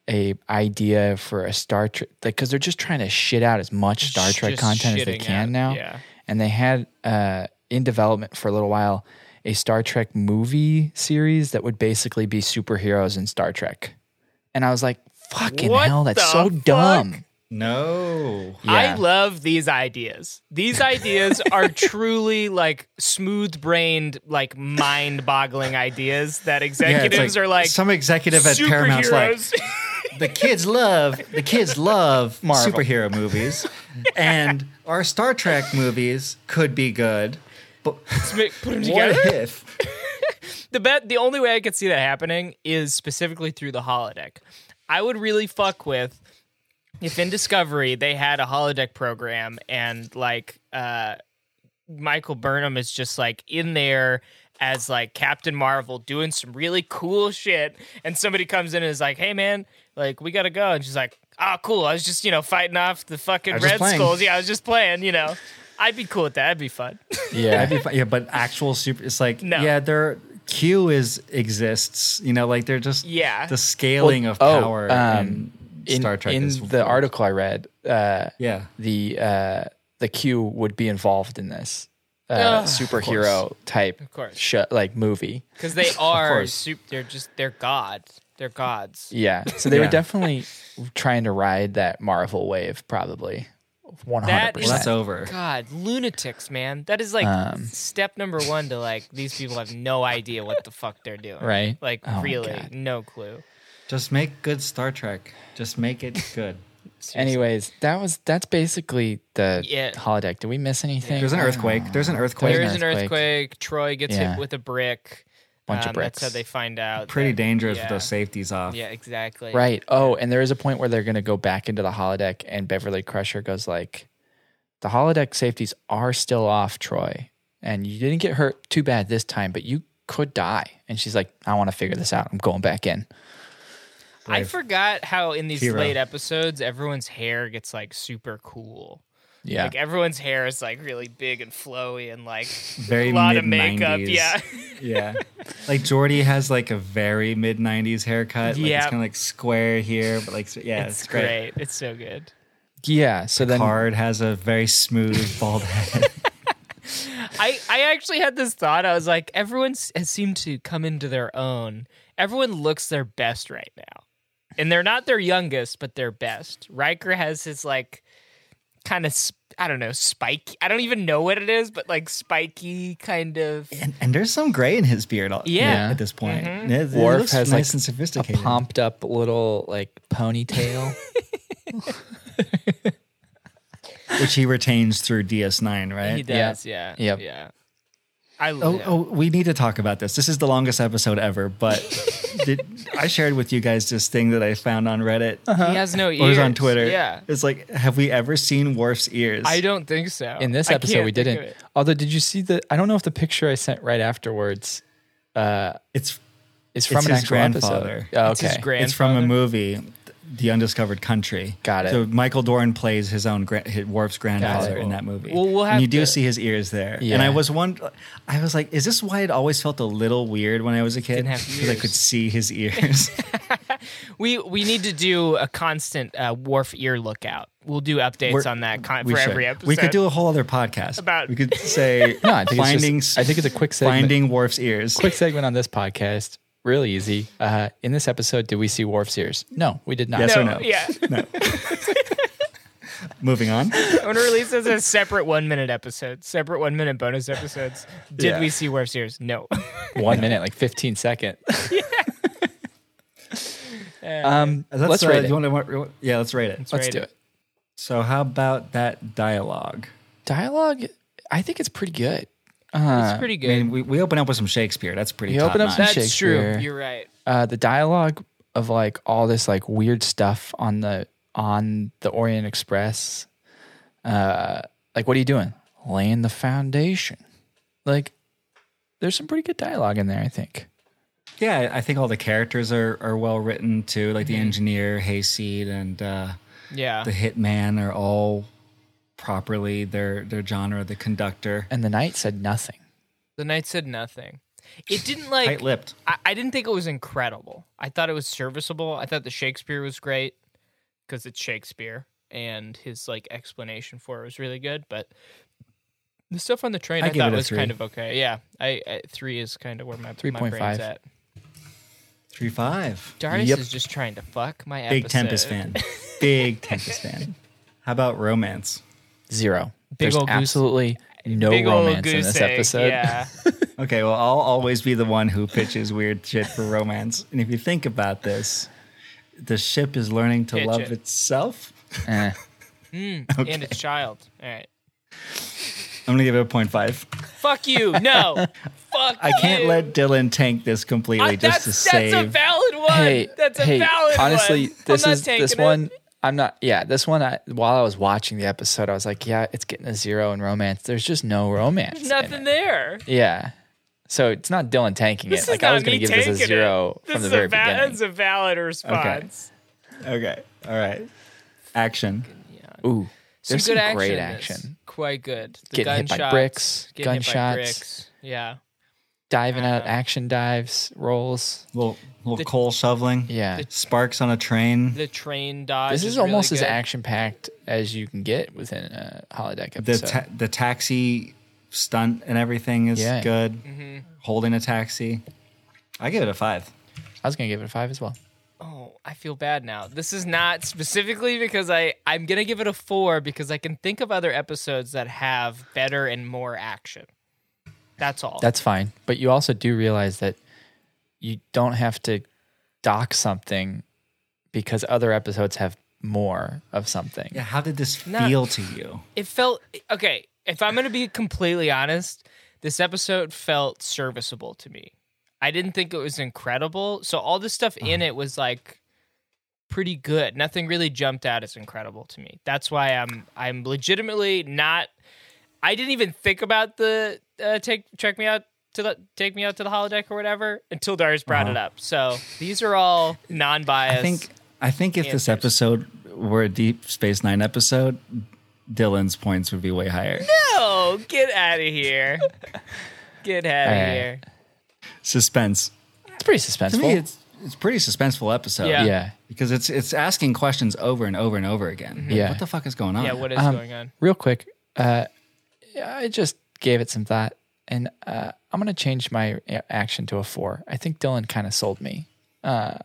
[SPEAKER 1] a idea for a Star Trek because they're just trying to shit out as much Star
[SPEAKER 2] Just-
[SPEAKER 1] Trek
[SPEAKER 2] just
[SPEAKER 1] content as they
[SPEAKER 2] shitting
[SPEAKER 1] can
[SPEAKER 2] out,
[SPEAKER 1] now.
[SPEAKER 2] yeah.
[SPEAKER 1] And they had uh, in development for a little while a Star Trek movie series that would basically be superheroes in Star Trek. And I was like, "Fucking
[SPEAKER 2] What
[SPEAKER 1] hell, that's
[SPEAKER 2] the
[SPEAKER 1] so
[SPEAKER 2] fuck?
[SPEAKER 1] dumb."
[SPEAKER 3] No,
[SPEAKER 1] Yeah.
[SPEAKER 2] I love these ideas. These ideas are truly like smooth brained, like mind boggling ideas that
[SPEAKER 3] Yeah,
[SPEAKER 2] executives
[SPEAKER 3] it's
[SPEAKER 2] are like
[SPEAKER 3] some executive at Paramount's like
[SPEAKER 2] superheroes.
[SPEAKER 3] the kids love the kids love
[SPEAKER 1] Marvel.
[SPEAKER 3] superhero movies, and our Star Trek movies could be good. But
[SPEAKER 2] Put them
[SPEAKER 3] what
[SPEAKER 2] together.
[SPEAKER 3] if?
[SPEAKER 2] the bet the only way I could see that happening is specifically through the holodeck. I would really fuck with if in Discovery they had a holodeck program and like uh Michael Burnham is just like in there as like Captain Marvel doing some really cool shit and somebody comes in and is like, "Hey man, like we got to go." And she's like, "Oh, cool. I was just, you know, fighting off the fucking
[SPEAKER 3] I was just
[SPEAKER 2] Red
[SPEAKER 3] playing."
[SPEAKER 2] Skulls. Yeah, I was just playing, you know." I'd be cool with that. That'd be fun.
[SPEAKER 1] Yeah,
[SPEAKER 3] That'd be fun. Yeah, but actual super. It's like
[SPEAKER 2] No.
[SPEAKER 3] yeah, there Q is exists. You know, like they're just
[SPEAKER 2] Yeah.
[SPEAKER 3] the scaling of
[SPEAKER 1] oh,
[SPEAKER 3] power
[SPEAKER 1] um,
[SPEAKER 3] in
[SPEAKER 1] in,
[SPEAKER 3] Star Trek
[SPEAKER 1] in
[SPEAKER 3] is
[SPEAKER 1] the article I read. Uh,
[SPEAKER 3] Yeah,
[SPEAKER 1] the uh, the Q would be involved in this uh, superhero type
[SPEAKER 2] course.
[SPEAKER 1] sh- like movie.
[SPEAKER 2] Because they are,
[SPEAKER 3] course.
[SPEAKER 2] sup- they're just, they're God. They're gods.
[SPEAKER 1] Yeah, so they
[SPEAKER 3] Yeah.
[SPEAKER 1] were definitely trying to ride that Marvel wave, probably one hundred
[SPEAKER 2] That is-
[SPEAKER 3] well, that's
[SPEAKER 1] percent.
[SPEAKER 3] over.
[SPEAKER 2] God, lunatics, man. That is like
[SPEAKER 1] Um,
[SPEAKER 2] step number one to like these people have no idea what the fuck they're doing.
[SPEAKER 1] Right.
[SPEAKER 2] Like
[SPEAKER 1] Oh my
[SPEAKER 2] really,
[SPEAKER 1] God.
[SPEAKER 2] no clue.
[SPEAKER 3] Just make good Star Trek. Just make it good.
[SPEAKER 1] Anyways, that was that's basically the
[SPEAKER 2] Yeah.
[SPEAKER 1] holodeck. Did we miss anything?
[SPEAKER 3] There's an earthquake. There's an earthquake.
[SPEAKER 2] There's
[SPEAKER 1] an
[SPEAKER 2] an
[SPEAKER 1] earthquake.
[SPEAKER 2] earthquake. Troy gets
[SPEAKER 1] Yeah.
[SPEAKER 2] hit with a brick. Um,
[SPEAKER 1] Bunch of bricks.
[SPEAKER 2] That's how they find out.
[SPEAKER 3] Pretty
[SPEAKER 2] that-
[SPEAKER 3] dangerous
[SPEAKER 2] yeah.
[SPEAKER 3] with those safeties off.
[SPEAKER 2] Yeah, exactly.
[SPEAKER 1] Right. Oh, and there is a point where they're going to go back into the holodeck, and Beverly Crusher goes like, "The holodeck safeties are still off, Troy, and you didn't get hurt too bad this time, but you could die." And she's like, "I want to figure this out. I'm going back in."
[SPEAKER 2] I forgot how in these
[SPEAKER 3] Hero.
[SPEAKER 2] late episodes everyone's hair gets like super cool.
[SPEAKER 1] Yeah.
[SPEAKER 2] Like everyone's hair is like really big and flowy and like
[SPEAKER 3] Very
[SPEAKER 2] a lot of
[SPEAKER 3] mid-nineties.
[SPEAKER 2] makeup. Yeah.
[SPEAKER 3] yeah. Like Jordy has like a very mid '90s haircut. Like
[SPEAKER 2] Yeah.
[SPEAKER 3] it's kind of like square here, but like s- yeah, it's,
[SPEAKER 2] it's
[SPEAKER 3] great.
[SPEAKER 2] great. It's so good.
[SPEAKER 1] yeah. So then,
[SPEAKER 3] Card has a very smooth bald head.
[SPEAKER 2] I, I actually had this thought. I was like, everyone s- has seemed to come into their own. Everyone looks their best right now. And they're not their youngest, but their best. Riker has his, like, kind of, sp- I don't know, spiky. I don't even know what it is, but, like, spiky kind of.
[SPEAKER 3] and, and there's some gray in his beard. al-
[SPEAKER 2] Yeah. Mm-hmm.
[SPEAKER 3] At this point, Yeah, it, it
[SPEAKER 1] Worf
[SPEAKER 3] looks
[SPEAKER 1] has
[SPEAKER 3] nice
[SPEAKER 1] like
[SPEAKER 3] and
[SPEAKER 1] a
[SPEAKER 3] sophisticated.
[SPEAKER 1] pumped up little like ponytail.
[SPEAKER 3] which he retains through DS9, right?
[SPEAKER 2] He does, yeah.
[SPEAKER 1] Yep.
[SPEAKER 2] Yeah. I
[SPEAKER 3] Oh,
[SPEAKER 2] love
[SPEAKER 3] oh, we need to talk about this. This is the longest episode ever, but did, I shared with you guys this thing that I found on Reddit
[SPEAKER 1] Uh-huh.
[SPEAKER 2] He has no ears.
[SPEAKER 3] or it was on Twitter.
[SPEAKER 2] Yeah.
[SPEAKER 3] it's like, have we ever seen Worf's ears?
[SPEAKER 2] I don't think so.
[SPEAKER 1] In this
[SPEAKER 2] I
[SPEAKER 1] episode,
[SPEAKER 2] can't
[SPEAKER 1] we
[SPEAKER 2] think of
[SPEAKER 1] didn't.
[SPEAKER 2] it.
[SPEAKER 1] Although, did you see the? I don't know if the picture I sent right afterwards
[SPEAKER 3] It's
[SPEAKER 1] is from
[SPEAKER 3] It's
[SPEAKER 1] an
[SPEAKER 3] his
[SPEAKER 1] actual
[SPEAKER 3] grandfather.
[SPEAKER 1] episode. Oh,
[SPEAKER 2] It's his
[SPEAKER 1] okay.
[SPEAKER 2] grand-
[SPEAKER 3] it's from a movie the undiscovered country.
[SPEAKER 1] Got it.
[SPEAKER 3] So Michael Doran plays his own gra- his, Worf's grandfather in that movie.
[SPEAKER 2] Well, we'll have
[SPEAKER 3] and you do
[SPEAKER 2] to-
[SPEAKER 3] see his ears there.
[SPEAKER 1] Yeah.
[SPEAKER 3] And I was wondering, I was like, is this why it always felt a little weird when I was a kid?
[SPEAKER 2] Didn't have
[SPEAKER 3] Because I
[SPEAKER 2] ears.
[SPEAKER 3] could see his ears.
[SPEAKER 2] We we need to do a constant uh, wharf ear lookout. We'll do updates
[SPEAKER 3] We're-
[SPEAKER 2] on that con-
[SPEAKER 3] we
[SPEAKER 2] for
[SPEAKER 3] should.
[SPEAKER 2] every episode.
[SPEAKER 3] We could do a whole other podcast
[SPEAKER 2] About-
[SPEAKER 3] We could say
[SPEAKER 1] No, I think it's just-
[SPEAKER 3] finding.
[SPEAKER 1] I think it's a quick segment.
[SPEAKER 3] Finding Worf's ears.
[SPEAKER 1] Quick segment on this podcast, real easy. Uh, in this episode, did we see Worf's ears? No, we did not.
[SPEAKER 3] Yes
[SPEAKER 2] no,
[SPEAKER 3] or no?
[SPEAKER 2] Yeah,
[SPEAKER 3] Moving on.
[SPEAKER 2] I want to release this as a separate one minute episode, separate one minute bonus episodes. Did
[SPEAKER 3] Yeah.
[SPEAKER 2] we see wharf's ears? No.
[SPEAKER 1] One minute, like 15 second. um,
[SPEAKER 3] That's,
[SPEAKER 1] let's
[SPEAKER 3] uh,
[SPEAKER 1] rate it.
[SPEAKER 3] you want to, yeah, let's rate it.
[SPEAKER 1] let's
[SPEAKER 2] rate
[SPEAKER 1] do
[SPEAKER 2] it.
[SPEAKER 1] it.
[SPEAKER 3] So how about that dialogue?
[SPEAKER 1] Dialogue, I think it's pretty good.
[SPEAKER 2] it's pretty
[SPEAKER 3] I
[SPEAKER 2] good.
[SPEAKER 3] mean, Uh, we, we open up with some Shakespeare. That's pretty.
[SPEAKER 1] You
[SPEAKER 3] top
[SPEAKER 1] open up
[SPEAKER 3] notch.
[SPEAKER 1] some
[SPEAKER 2] That's true.
[SPEAKER 1] Shakespeare.
[SPEAKER 2] You're right.
[SPEAKER 1] uh, the dialogue of like all this like weird stuff on the on the Orient Express. Uh, like, what are you doing? Laying the foundation. Like, there's some pretty good dialogue in there. I think.
[SPEAKER 3] Yeah, I think all the characters are, are well written too. Like the engineer, Hayseed, and uh,
[SPEAKER 2] Mm-hmm. Yeah.
[SPEAKER 3] the hitman are all properly their their genre. The conductor,
[SPEAKER 1] And the knight said nothing.
[SPEAKER 2] The knight said nothing. It didn't like
[SPEAKER 3] tight lipped.
[SPEAKER 2] I, I didn't think it was incredible. I thought it was serviceable. I thought the Shakespeare was great because it's Shakespeare and his like explanation for it was really good. But the stuff on the train
[SPEAKER 3] I
[SPEAKER 2] I,
[SPEAKER 3] give
[SPEAKER 2] thought
[SPEAKER 3] it a
[SPEAKER 2] was
[SPEAKER 3] three.
[SPEAKER 2] kind of okay. Yeah, I, I three is kind of where my three point
[SPEAKER 1] 3.5.
[SPEAKER 2] five at.
[SPEAKER 3] Three five.
[SPEAKER 2] Darius
[SPEAKER 1] Yep.
[SPEAKER 2] is just trying to fuck my
[SPEAKER 3] Big
[SPEAKER 2] episode.
[SPEAKER 3] Tempest fan. Big Tempest fan. How about romance?
[SPEAKER 1] Zero.
[SPEAKER 2] Big
[SPEAKER 1] there's
[SPEAKER 2] ol' goose-
[SPEAKER 1] absolutely no
[SPEAKER 2] Big old
[SPEAKER 1] romance in this
[SPEAKER 2] goose egg,
[SPEAKER 1] episode.
[SPEAKER 2] Yeah.
[SPEAKER 3] Okay, well, I'll always be the one who pitches weird shit for romance. And if you think about this, the ship is learning to
[SPEAKER 2] Pitch
[SPEAKER 3] love
[SPEAKER 2] it.
[SPEAKER 3] itself.
[SPEAKER 1] Eh.
[SPEAKER 2] And its child. All right.
[SPEAKER 3] I'm gonna give it a point five.
[SPEAKER 2] Fuck you. No. fuck.
[SPEAKER 3] I can't
[SPEAKER 2] you.
[SPEAKER 3] let Dylan tank this completely
[SPEAKER 2] I-
[SPEAKER 3] just
[SPEAKER 2] Uh, that's,
[SPEAKER 3] to
[SPEAKER 2] that's
[SPEAKER 3] save.
[SPEAKER 2] a valid one.
[SPEAKER 1] Hey,
[SPEAKER 2] that's a
[SPEAKER 1] hey,
[SPEAKER 2] valid
[SPEAKER 1] honestly,
[SPEAKER 2] one.
[SPEAKER 1] this
[SPEAKER 2] I'm not
[SPEAKER 1] is
[SPEAKER 2] taking
[SPEAKER 1] this
[SPEAKER 2] it.
[SPEAKER 1] one. I'm not. Yeah, this one. I, while I was watching the episode, I was like, yeah, it's getting a zero in romance. There's just no romance. in it.
[SPEAKER 2] Nothing there.
[SPEAKER 1] Yeah. So it's not Dylan tanking
[SPEAKER 2] This
[SPEAKER 1] it.
[SPEAKER 2] is
[SPEAKER 1] Like
[SPEAKER 2] not
[SPEAKER 1] I was going
[SPEAKER 2] me
[SPEAKER 1] to give this a
[SPEAKER 2] taking it.
[SPEAKER 1] zero
[SPEAKER 2] This
[SPEAKER 1] from the
[SPEAKER 2] is
[SPEAKER 1] very
[SPEAKER 2] a va-
[SPEAKER 1] beginning.
[SPEAKER 2] That's a valid response.
[SPEAKER 3] okay, all right. Action.
[SPEAKER 1] Ooh, there's some,
[SPEAKER 2] good action
[SPEAKER 1] great
[SPEAKER 2] in this.
[SPEAKER 1] action.
[SPEAKER 2] Quite good. The
[SPEAKER 1] Getting hit by
[SPEAKER 2] gunshots,
[SPEAKER 1] bricks,
[SPEAKER 2] getting hit by
[SPEAKER 1] gunshots.
[SPEAKER 2] bricks. Yeah.
[SPEAKER 1] Diving out, action dives, rolls.
[SPEAKER 3] Little little coal shoveling.
[SPEAKER 1] Yeah.
[SPEAKER 3] Sparks on a train.
[SPEAKER 2] The train dodge.
[SPEAKER 1] This is
[SPEAKER 2] really
[SPEAKER 1] almost as
[SPEAKER 2] good.
[SPEAKER 1] action packed as you can get within a holodeck
[SPEAKER 3] The
[SPEAKER 1] episode.
[SPEAKER 3] ta- the taxi stunt and everything is
[SPEAKER 1] Yeah.
[SPEAKER 3] good.
[SPEAKER 2] Mm-hmm.
[SPEAKER 3] Holding a taxi. I give it a five.
[SPEAKER 1] I was going to give it a five as well.
[SPEAKER 2] Oh, I feel bad now. This is not specifically because I I'm gonna give it a four because I can think of other episodes that have better and more action. That's all.
[SPEAKER 1] That's fine. But you also do realize that you don't have to dock something because other episodes have more of something.
[SPEAKER 3] Yeah, how did this
[SPEAKER 2] Not-
[SPEAKER 3] feel to you?
[SPEAKER 2] it felt okay. If I'm gonna be completely honest, this episode felt serviceable to me. I didn't think it was incredible. So all the stuff in
[SPEAKER 1] Uh-huh.
[SPEAKER 2] it was like pretty good. Nothing really jumped out as incredible to me. That's why I'm I'm legitimately not. I didn't even think about the uh, take check me out to the take me out to the holodeck or whatever until Darius brought
[SPEAKER 1] Uh-huh.
[SPEAKER 2] it up. So these are all non-biased.
[SPEAKER 3] I think I think if this
[SPEAKER 2] Answers.
[SPEAKER 3] episode were a Deep Space Nine episode, Dylan's points would be way higher.
[SPEAKER 2] Oh, get out of here! Get out of
[SPEAKER 1] All right.
[SPEAKER 2] here!
[SPEAKER 3] Suspense.
[SPEAKER 1] It's pretty
[SPEAKER 3] To
[SPEAKER 1] suspenseful.
[SPEAKER 3] me, it's it's a pretty suspenseful episode.
[SPEAKER 2] Yeah.
[SPEAKER 1] yeah.
[SPEAKER 3] Because it's it's asking questions over and over and over again. Like,
[SPEAKER 1] Yeah.
[SPEAKER 3] What the fuck is going on?
[SPEAKER 2] Yeah, what is
[SPEAKER 1] um,
[SPEAKER 2] going on?
[SPEAKER 1] real quick, uh, I just gave it some thought, and uh, I'm gonna change my a- action to a four. I think Dylan kind of sold me. Uh,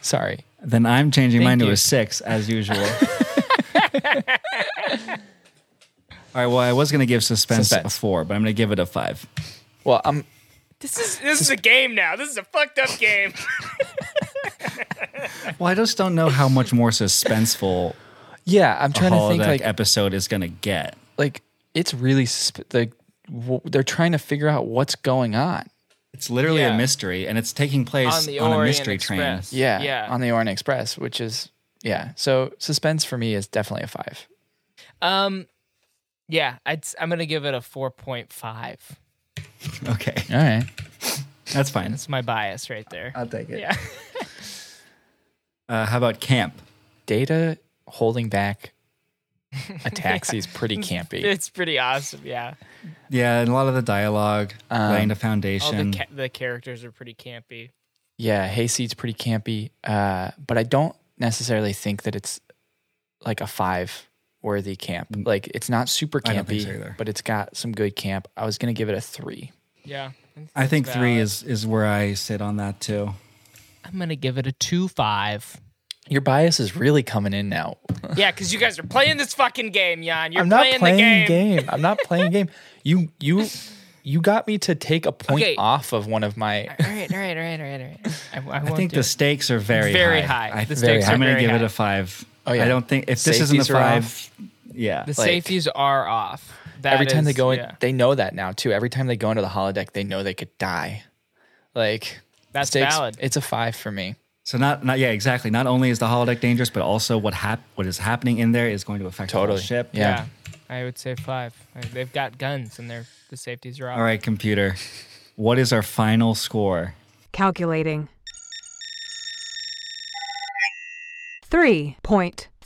[SPEAKER 1] sorry,
[SPEAKER 3] then I'm changing mine to
[SPEAKER 1] you.
[SPEAKER 3] a six as usual. All right. Well, I was going to give suspense,
[SPEAKER 1] Suspense.
[SPEAKER 3] a four, but I'm going to give it a five.
[SPEAKER 1] well, I'm
[SPEAKER 2] This is this is a game now. This is a fucked up game.
[SPEAKER 3] Well, I just don't know how much more suspenseful
[SPEAKER 1] yeah, I'm
[SPEAKER 3] a
[SPEAKER 1] trying to
[SPEAKER 3] holodeck
[SPEAKER 1] think like
[SPEAKER 3] episode is going to get.
[SPEAKER 1] like it's really sp- like w- they're trying to figure out what's going on.
[SPEAKER 3] It's literally
[SPEAKER 2] Yeah.
[SPEAKER 3] a mystery, and it's taking place
[SPEAKER 2] on
[SPEAKER 3] on,
[SPEAKER 2] the
[SPEAKER 3] a
[SPEAKER 2] Orient
[SPEAKER 3] mystery
[SPEAKER 2] Express.
[SPEAKER 3] train.
[SPEAKER 1] Yeah,
[SPEAKER 2] yeah.
[SPEAKER 1] on the Orient Express, which is yeah. So suspense for me is definitely a five.
[SPEAKER 2] um, yeah, I'd, s- I'm gonna give it a 4.5.
[SPEAKER 3] Okay,
[SPEAKER 1] All right,
[SPEAKER 3] that's fine.
[SPEAKER 1] Uh,
[SPEAKER 2] That's my bias right there.
[SPEAKER 3] I'll take it.
[SPEAKER 2] Yeah.
[SPEAKER 3] Uh, how about camp?
[SPEAKER 1] Data holding back a taxi is pretty campy.
[SPEAKER 2] It's pretty awesome. Yeah,
[SPEAKER 3] Yeah, and a lot of the dialogue, laying the
[SPEAKER 2] all
[SPEAKER 3] foundation.
[SPEAKER 2] Oh, the ca- the characters are pretty campy.
[SPEAKER 1] Yeah, Hayseed's pretty campy, uh, but I don't necessarily think that it's like a five worthy camp. Like it's not super
[SPEAKER 3] Mm. I don't think so
[SPEAKER 1] campy,
[SPEAKER 3] either.
[SPEAKER 1] but it's got some good camp. I was gonna give it a three.
[SPEAKER 2] Yeah,
[SPEAKER 3] I think
[SPEAKER 2] That's
[SPEAKER 3] three
[SPEAKER 2] valid.
[SPEAKER 3] is is where I sit on that too.
[SPEAKER 2] I'm gonna give it a two five.
[SPEAKER 1] Your bias is really coming in now.
[SPEAKER 2] Yeah, because you guys are playing this fucking game, Jan. You're
[SPEAKER 1] I'm not
[SPEAKER 2] playing,
[SPEAKER 1] playing
[SPEAKER 2] the game.
[SPEAKER 1] game. I'm not playing game. You you you got me to take a point
[SPEAKER 2] Okay.
[SPEAKER 1] off of one of my.
[SPEAKER 2] All right, all right, all right, all right, all right. I, I,
[SPEAKER 3] I
[SPEAKER 2] won't
[SPEAKER 3] think
[SPEAKER 2] do
[SPEAKER 3] the
[SPEAKER 2] it.
[SPEAKER 3] stakes are very
[SPEAKER 2] Very
[SPEAKER 3] high.
[SPEAKER 2] high.
[SPEAKER 3] I,
[SPEAKER 2] The
[SPEAKER 3] th-
[SPEAKER 2] stakes
[SPEAKER 1] high.
[SPEAKER 2] are
[SPEAKER 3] I'm going to
[SPEAKER 2] very
[SPEAKER 3] give
[SPEAKER 2] high.
[SPEAKER 3] it a five.
[SPEAKER 1] Oh, yeah.
[SPEAKER 3] I don't think if this isn't a
[SPEAKER 1] Safeties are
[SPEAKER 3] five,
[SPEAKER 1] off.
[SPEAKER 3] yeah,
[SPEAKER 2] The
[SPEAKER 1] like-
[SPEAKER 2] safeties are off. That
[SPEAKER 1] every time
[SPEAKER 2] is-
[SPEAKER 1] they go in,
[SPEAKER 2] yeah.
[SPEAKER 1] they know that now too. Every time they go into the holodeck, they know they could die. Like
[SPEAKER 2] That's
[SPEAKER 1] stakes-
[SPEAKER 2] valid.
[SPEAKER 1] It's a five for me.
[SPEAKER 3] So not not yeah exactly. Not only is the holodeck dangerous, but also what hap- what is happening in there is going to affect the
[SPEAKER 1] Totally.
[SPEAKER 3] whole ship.
[SPEAKER 1] Yeah.
[SPEAKER 2] I would say five. I- They've got guns and they're the safeties are off.
[SPEAKER 3] All right, computer. What is our final score?
[SPEAKER 9] Calculating.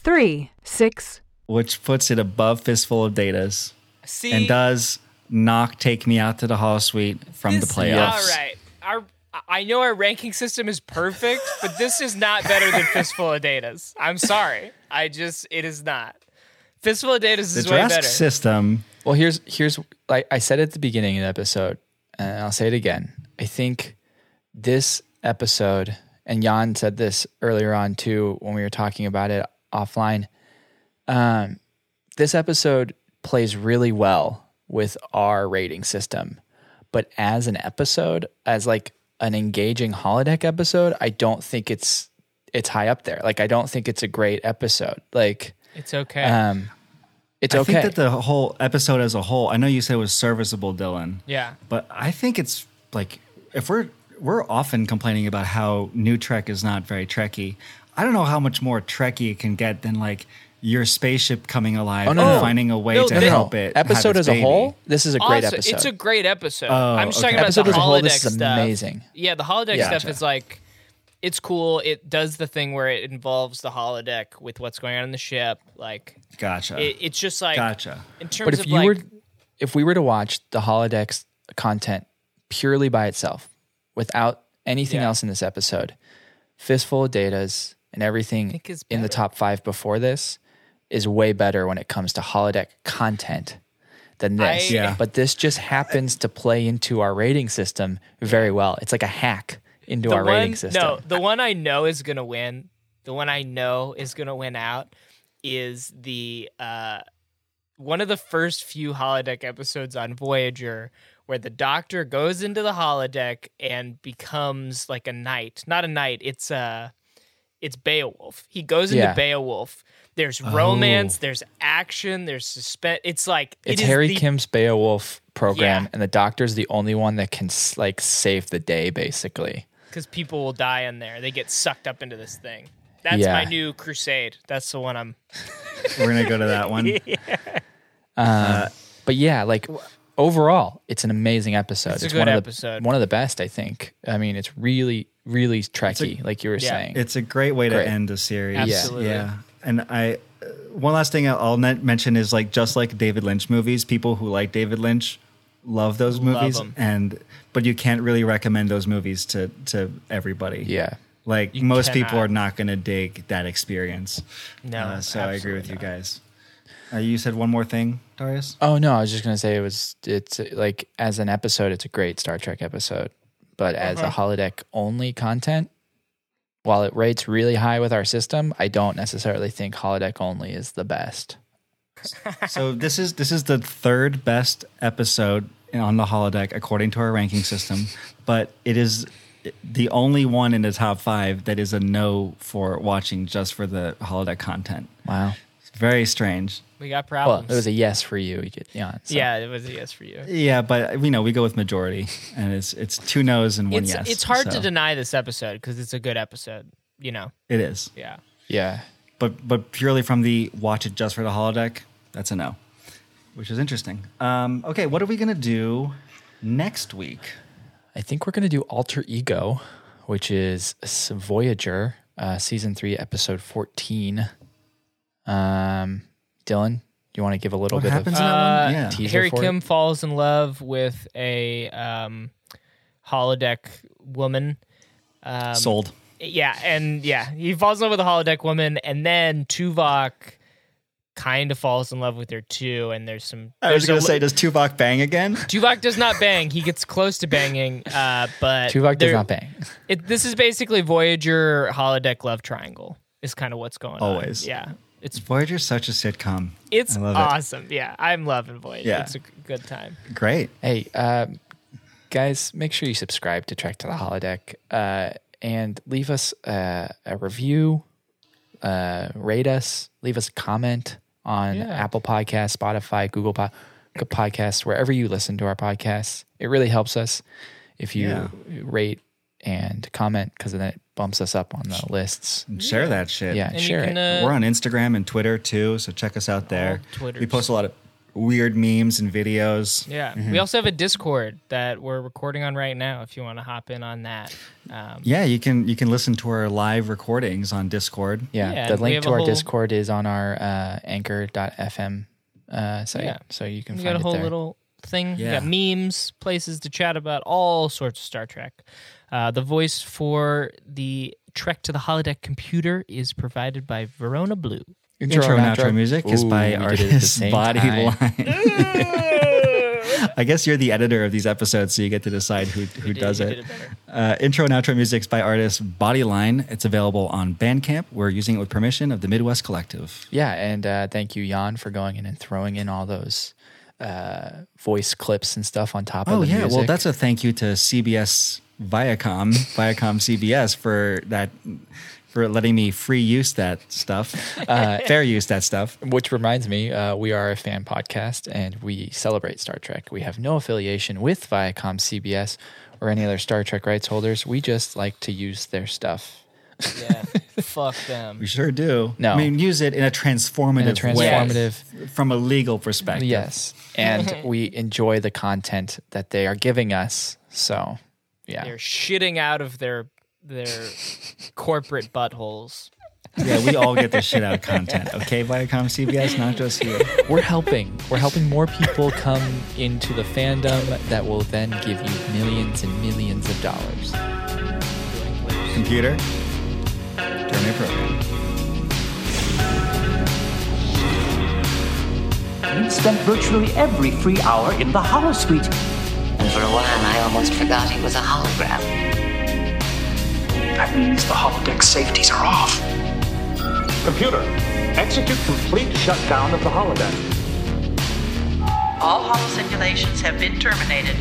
[SPEAKER 9] 3.36.
[SPEAKER 3] Which puts it above fistful of datas
[SPEAKER 2] See,
[SPEAKER 3] and
[SPEAKER 1] uh,
[SPEAKER 3] does knock take me out to the hall suite from the
[SPEAKER 2] this-
[SPEAKER 3] playoffs.
[SPEAKER 2] All right, our I know our ranking system is perfect, but this is not better than Fistful of Datas. I'm sorry, I just it is not. Fistful of Datas
[SPEAKER 3] The
[SPEAKER 2] is way
[SPEAKER 3] Drask
[SPEAKER 2] better.
[SPEAKER 3] system
[SPEAKER 1] Well, here's here's like I said at the beginning of the episode, and I'll say it again. I think this episode, and Jan said this earlier on too when we were talking about it offline. Um, this episode plays really well with our rating system, but as an episode, as like an engaging holodeck episode, I don't think it's it's high up there. Like I don't think it's a great episode. Like
[SPEAKER 2] it's okay.
[SPEAKER 1] um, it's
[SPEAKER 3] I
[SPEAKER 1] okay.
[SPEAKER 3] think that the whole episode as a whole, I know you said it was serviceable, Dylan.
[SPEAKER 2] Yeah.
[SPEAKER 3] But I think it's like if we're we're often complaining about how new Trek is not very Trekky. I don't know how much more Trekky it can get than like your spaceship coming alive
[SPEAKER 1] Oh, no,
[SPEAKER 3] and
[SPEAKER 1] no.
[SPEAKER 3] finding a way
[SPEAKER 2] No,
[SPEAKER 3] to
[SPEAKER 2] no, no, no.
[SPEAKER 3] help it. have
[SPEAKER 1] episode
[SPEAKER 3] its
[SPEAKER 1] as a
[SPEAKER 3] baby.
[SPEAKER 1] whole, this is a great
[SPEAKER 2] Also,
[SPEAKER 1] episode.
[SPEAKER 2] It's a great episode.
[SPEAKER 3] Oh,
[SPEAKER 2] I'm just
[SPEAKER 3] okay.
[SPEAKER 2] talking about
[SPEAKER 1] Episode
[SPEAKER 2] the
[SPEAKER 1] as a whole,
[SPEAKER 2] holodeck
[SPEAKER 1] this is
[SPEAKER 2] stuff.
[SPEAKER 1] amazing.
[SPEAKER 2] Yeah, the holodeck
[SPEAKER 1] Yeah.
[SPEAKER 2] stuff
[SPEAKER 1] Gotcha.
[SPEAKER 2] is like it's cool. It does the thing where it involves the holodeck with what's going on in the ship. Like
[SPEAKER 3] Gotcha.
[SPEAKER 2] it, it's just like
[SPEAKER 3] Gotcha.
[SPEAKER 2] In terms
[SPEAKER 1] but if
[SPEAKER 2] of
[SPEAKER 1] you
[SPEAKER 2] like,
[SPEAKER 1] were, if we were to watch the holodeck's content purely by itself, without anything
[SPEAKER 2] Yeah.
[SPEAKER 1] else in this episode, fistful of datas and everything
[SPEAKER 2] think it's
[SPEAKER 1] in the
[SPEAKER 2] better.
[SPEAKER 1] top five before this is way better when it comes to holodeck content than this.
[SPEAKER 2] I- Yeah.
[SPEAKER 1] But this just happens to play into our rating system very well. It's like a hack into
[SPEAKER 2] the
[SPEAKER 1] our rating
[SPEAKER 2] one-
[SPEAKER 1] system.
[SPEAKER 2] No, the one I know is gonna win. The one I know is gonna win out is the uh, one of the first few holodeck episodes on Voyager where the Doctor goes into the holodeck and becomes like a knight. Not a knight. It's uh, it's Beowulf. He goes into
[SPEAKER 1] Yeah. Oh.
[SPEAKER 2] Beowulf. There's romance. There's action. There's suspense. It's like it
[SPEAKER 1] It's
[SPEAKER 2] is
[SPEAKER 1] Harry
[SPEAKER 2] the
[SPEAKER 1] Kim's Beowulf program,
[SPEAKER 2] Yeah.
[SPEAKER 1] and the doctor's the only one that can s- like save the day, basically.
[SPEAKER 2] because people will die in there. They get sucked up into this thing. That's
[SPEAKER 1] Yeah.
[SPEAKER 2] my new crusade. That's the one I'm.
[SPEAKER 3] We're gonna go to that one.
[SPEAKER 1] But yeah, like overall, it's an amazing episode.
[SPEAKER 2] It's a good
[SPEAKER 1] one Of
[SPEAKER 2] episode.
[SPEAKER 1] the, one of the best, I think. I mean, it's really, really trekky, like you were
[SPEAKER 2] yeah,
[SPEAKER 1] saying.
[SPEAKER 3] It's a great way
[SPEAKER 1] Great.
[SPEAKER 3] to end a series.
[SPEAKER 2] Absolutely.
[SPEAKER 3] Yeah. And I, uh, one last thing I'll net mention is like just like David Lynch movies, people who like David Lynch love those movies,
[SPEAKER 2] 'em.
[SPEAKER 3] and but you can't really recommend those movies to to everybody.
[SPEAKER 1] yeah.
[SPEAKER 3] Like most people
[SPEAKER 2] cannot.
[SPEAKER 3] are not going to dig that experience.
[SPEAKER 2] No,
[SPEAKER 3] Uh, so I agree with
[SPEAKER 2] absolutely
[SPEAKER 3] you guys. Uh, you said one more thing, Darius.
[SPEAKER 1] Oh no, I was just gonna say it was. It's uh, like as an episode, it's a great Star Trek episode, but as
[SPEAKER 2] Uh-huh.
[SPEAKER 1] a holodeck only content. While it rates really high with our system, I don't necessarily think holodeck only is the best.
[SPEAKER 3] so this is this is the third best episode on the holodeck according to our ranking system, but it is the only one in the top five that is a no for watching just for the holodeck content.
[SPEAKER 1] Wow.
[SPEAKER 3] It's very strange.
[SPEAKER 2] We got
[SPEAKER 1] Well,
[SPEAKER 2] problems.
[SPEAKER 1] Oh, it was a yes for you, Jan. so-
[SPEAKER 2] yeah, it was a yes for you.
[SPEAKER 3] Yeah, but you know we go with majority, and it's it's two no's and one
[SPEAKER 2] It's
[SPEAKER 3] yes.
[SPEAKER 2] it's hard
[SPEAKER 3] so
[SPEAKER 2] to deny this episode because it's a good episode. You know.
[SPEAKER 3] It is,
[SPEAKER 2] Yeah.
[SPEAKER 1] Yeah.
[SPEAKER 3] but but purely from the watch it just for the holodeck, that's a no, which is interesting. Um, okay, what are we gonna do next week?
[SPEAKER 1] I think we're going to do Alter Ego, which is s- Voyager uh, season three, episode fourteen. Um, Dylan, you want to give a little
[SPEAKER 3] What
[SPEAKER 1] bit
[SPEAKER 3] happens
[SPEAKER 1] of
[SPEAKER 3] in that one? Yeah.
[SPEAKER 1] Uh, teaser
[SPEAKER 2] Harry
[SPEAKER 1] for
[SPEAKER 2] Kim
[SPEAKER 1] it?
[SPEAKER 2] falls in love with a um, holodeck woman. Um,
[SPEAKER 3] Sold.
[SPEAKER 2] Yeah, and yeah, he falls in love with a holodeck woman, and then Tuvok kind of falls in love with her too. And there's some.
[SPEAKER 3] I was
[SPEAKER 2] there's
[SPEAKER 3] going
[SPEAKER 2] a-
[SPEAKER 3] to say, does Tuvok bang again?
[SPEAKER 2] Tuvok does not bang. He gets close to banging, uh, but
[SPEAKER 1] Tuvok does
[SPEAKER 2] there-
[SPEAKER 1] not bang.
[SPEAKER 2] It, this is basically Voyager holodeck love triangle. Is kind of what's going on.
[SPEAKER 3] Always.
[SPEAKER 2] Yeah, it's
[SPEAKER 3] Voyager's such a sitcom.
[SPEAKER 2] it's
[SPEAKER 3] I love it.
[SPEAKER 2] awesome. Yeah, I'm loving Voyager.
[SPEAKER 3] Yeah.
[SPEAKER 2] It's a good time.
[SPEAKER 3] Great.
[SPEAKER 1] Hey, uh, guys, make sure you subscribe to Track to the Holodeck uh, and leave us uh, a review, uh, rate us, leave us a comment on Apple Podcasts, Spotify, Google po- Podcasts, wherever you listen to our podcasts. It really helps us if you
[SPEAKER 3] Yeah.
[SPEAKER 1] rate and comment because then it bumps us up on the lists.
[SPEAKER 3] And Share that shit.
[SPEAKER 1] Yeah,
[SPEAKER 2] And
[SPEAKER 1] share
[SPEAKER 2] you
[SPEAKER 1] it.
[SPEAKER 2] can, uh,
[SPEAKER 3] We're on Instagram and Twitter too, so check us out there.
[SPEAKER 2] All Twitters.
[SPEAKER 3] We post a lot of weird memes and videos.
[SPEAKER 2] Yeah. We also have a Discord that we're recording on right now if you want to hop in on that. Um,
[SPEAKER 3] Yeah, you can you can listen to our live recordings on Discord.
[SPEAKER 1] Yeah,
[SPEAKER 2] Yeah,
[SPEAKER 1] the
[SPEAKER 2] and we
[SPEAKER 1] link
[SPEAKER 2] have
[SPEAKER 1] to
[SPEAKER 2] a
[SPEAKER 1] our
[SPEAKER 2] whole-
[SPEAKER 1] Discord is on our uh, anchor.fm uh, site.
[SPEAKER 2] Yeah.
[SPEAKER 1] So you can
[SPEAKER 2] we
[SPEAKER 1] find
[SPEAKER 2] got a whole
[SPEAKER 1] it there.
[SPEAKER 2] little thing.
[SPEAKER 3] Yeah.
[SPEAKER 2] We got memes, places to chat about all sorts of Star Trek. Uh, the voice for the Trek to the Holodeck computer is provided by Verona Blue.
[SPEAKER 3] Intro, and outro, music is
[SPEAKER 1] Ooh, we did
[SPEAKER 3] by
[SPEAKER 1] it at the
[SPEAKER 3] artist
[SPEAKER 1] same
[SPEAKER 3] Body
[SPEAKER 1] time.
[SPEAKER 3] Line. I guess you're the editor of these episodes, so you get to decide who who does
[SPEAKER 2] we
[SPEAKER 3] it.
[SPEAKER 2] did it better.
[SPEAKER 3] uh, intro and outro music's by artist Bodyline. It's available on Bandcamp. We're using it with permission of the Midwest Collective.
[SPEAKER 1] Yeah, and uh, thank you, Jan, for going in and throwing in all those uh, voice clips and stuff on top of
[SPEAKER 3] Oh
[SPEAKER 1] the
[SPEAKER 3] yeah,
[SPEAKER 1] music.
[SPEAKER 3] well that's a thank you to CBS Viacom, Viacom CBS for that for letting me free use that stuff, uh, fair use that stuff.
[SPEAKER 1] Which reminds me, uh, we are a fan podcast and we celebrate Star Trek. We have no affiliation with Viacom, CBS, or any other Star Trek rights holders. We just like to use their stuff.
[SPEAKER 2] Yeah. Fuck them.
[SPEAKER 3] We sure do.
[SPEAKER 1] No.
[SPEAKER 3] I mean use it in a transformative,
[SPEAKER 1] In a
[SPEAKER 3] way,
[SPEAKER 1] transformative,
[SPEAKER 3] from a legal perspective.
[SPEAKER 1] yes, and we enjoy the content that they are giving us. So, yeah,
[SPEAKER 2] They're shitting out of their their corporate buttholes.
[SPEAKER 3] Yeah, we all get the shit out of content. Okay, Viacom CBS, not just you.
[SPEAKER 1] we're helping. We're helping more people come into the fandom that will then give you millions and millions of dollars.
[SPEAKER 3] Computer, terminate program.
[SPEAKER 10] We've spent virtually every free hour in the Hollow Suite.
[SPEAKER 7] And for a while, I almost forgot it was a hologram.
[SPEAKER 10] That means the holodeck safeties are off.
[SPEAKER 5] Computer, execute complete shutdown of the holodeck.
[SPEAKER 7] All hollow simulations have been terminated.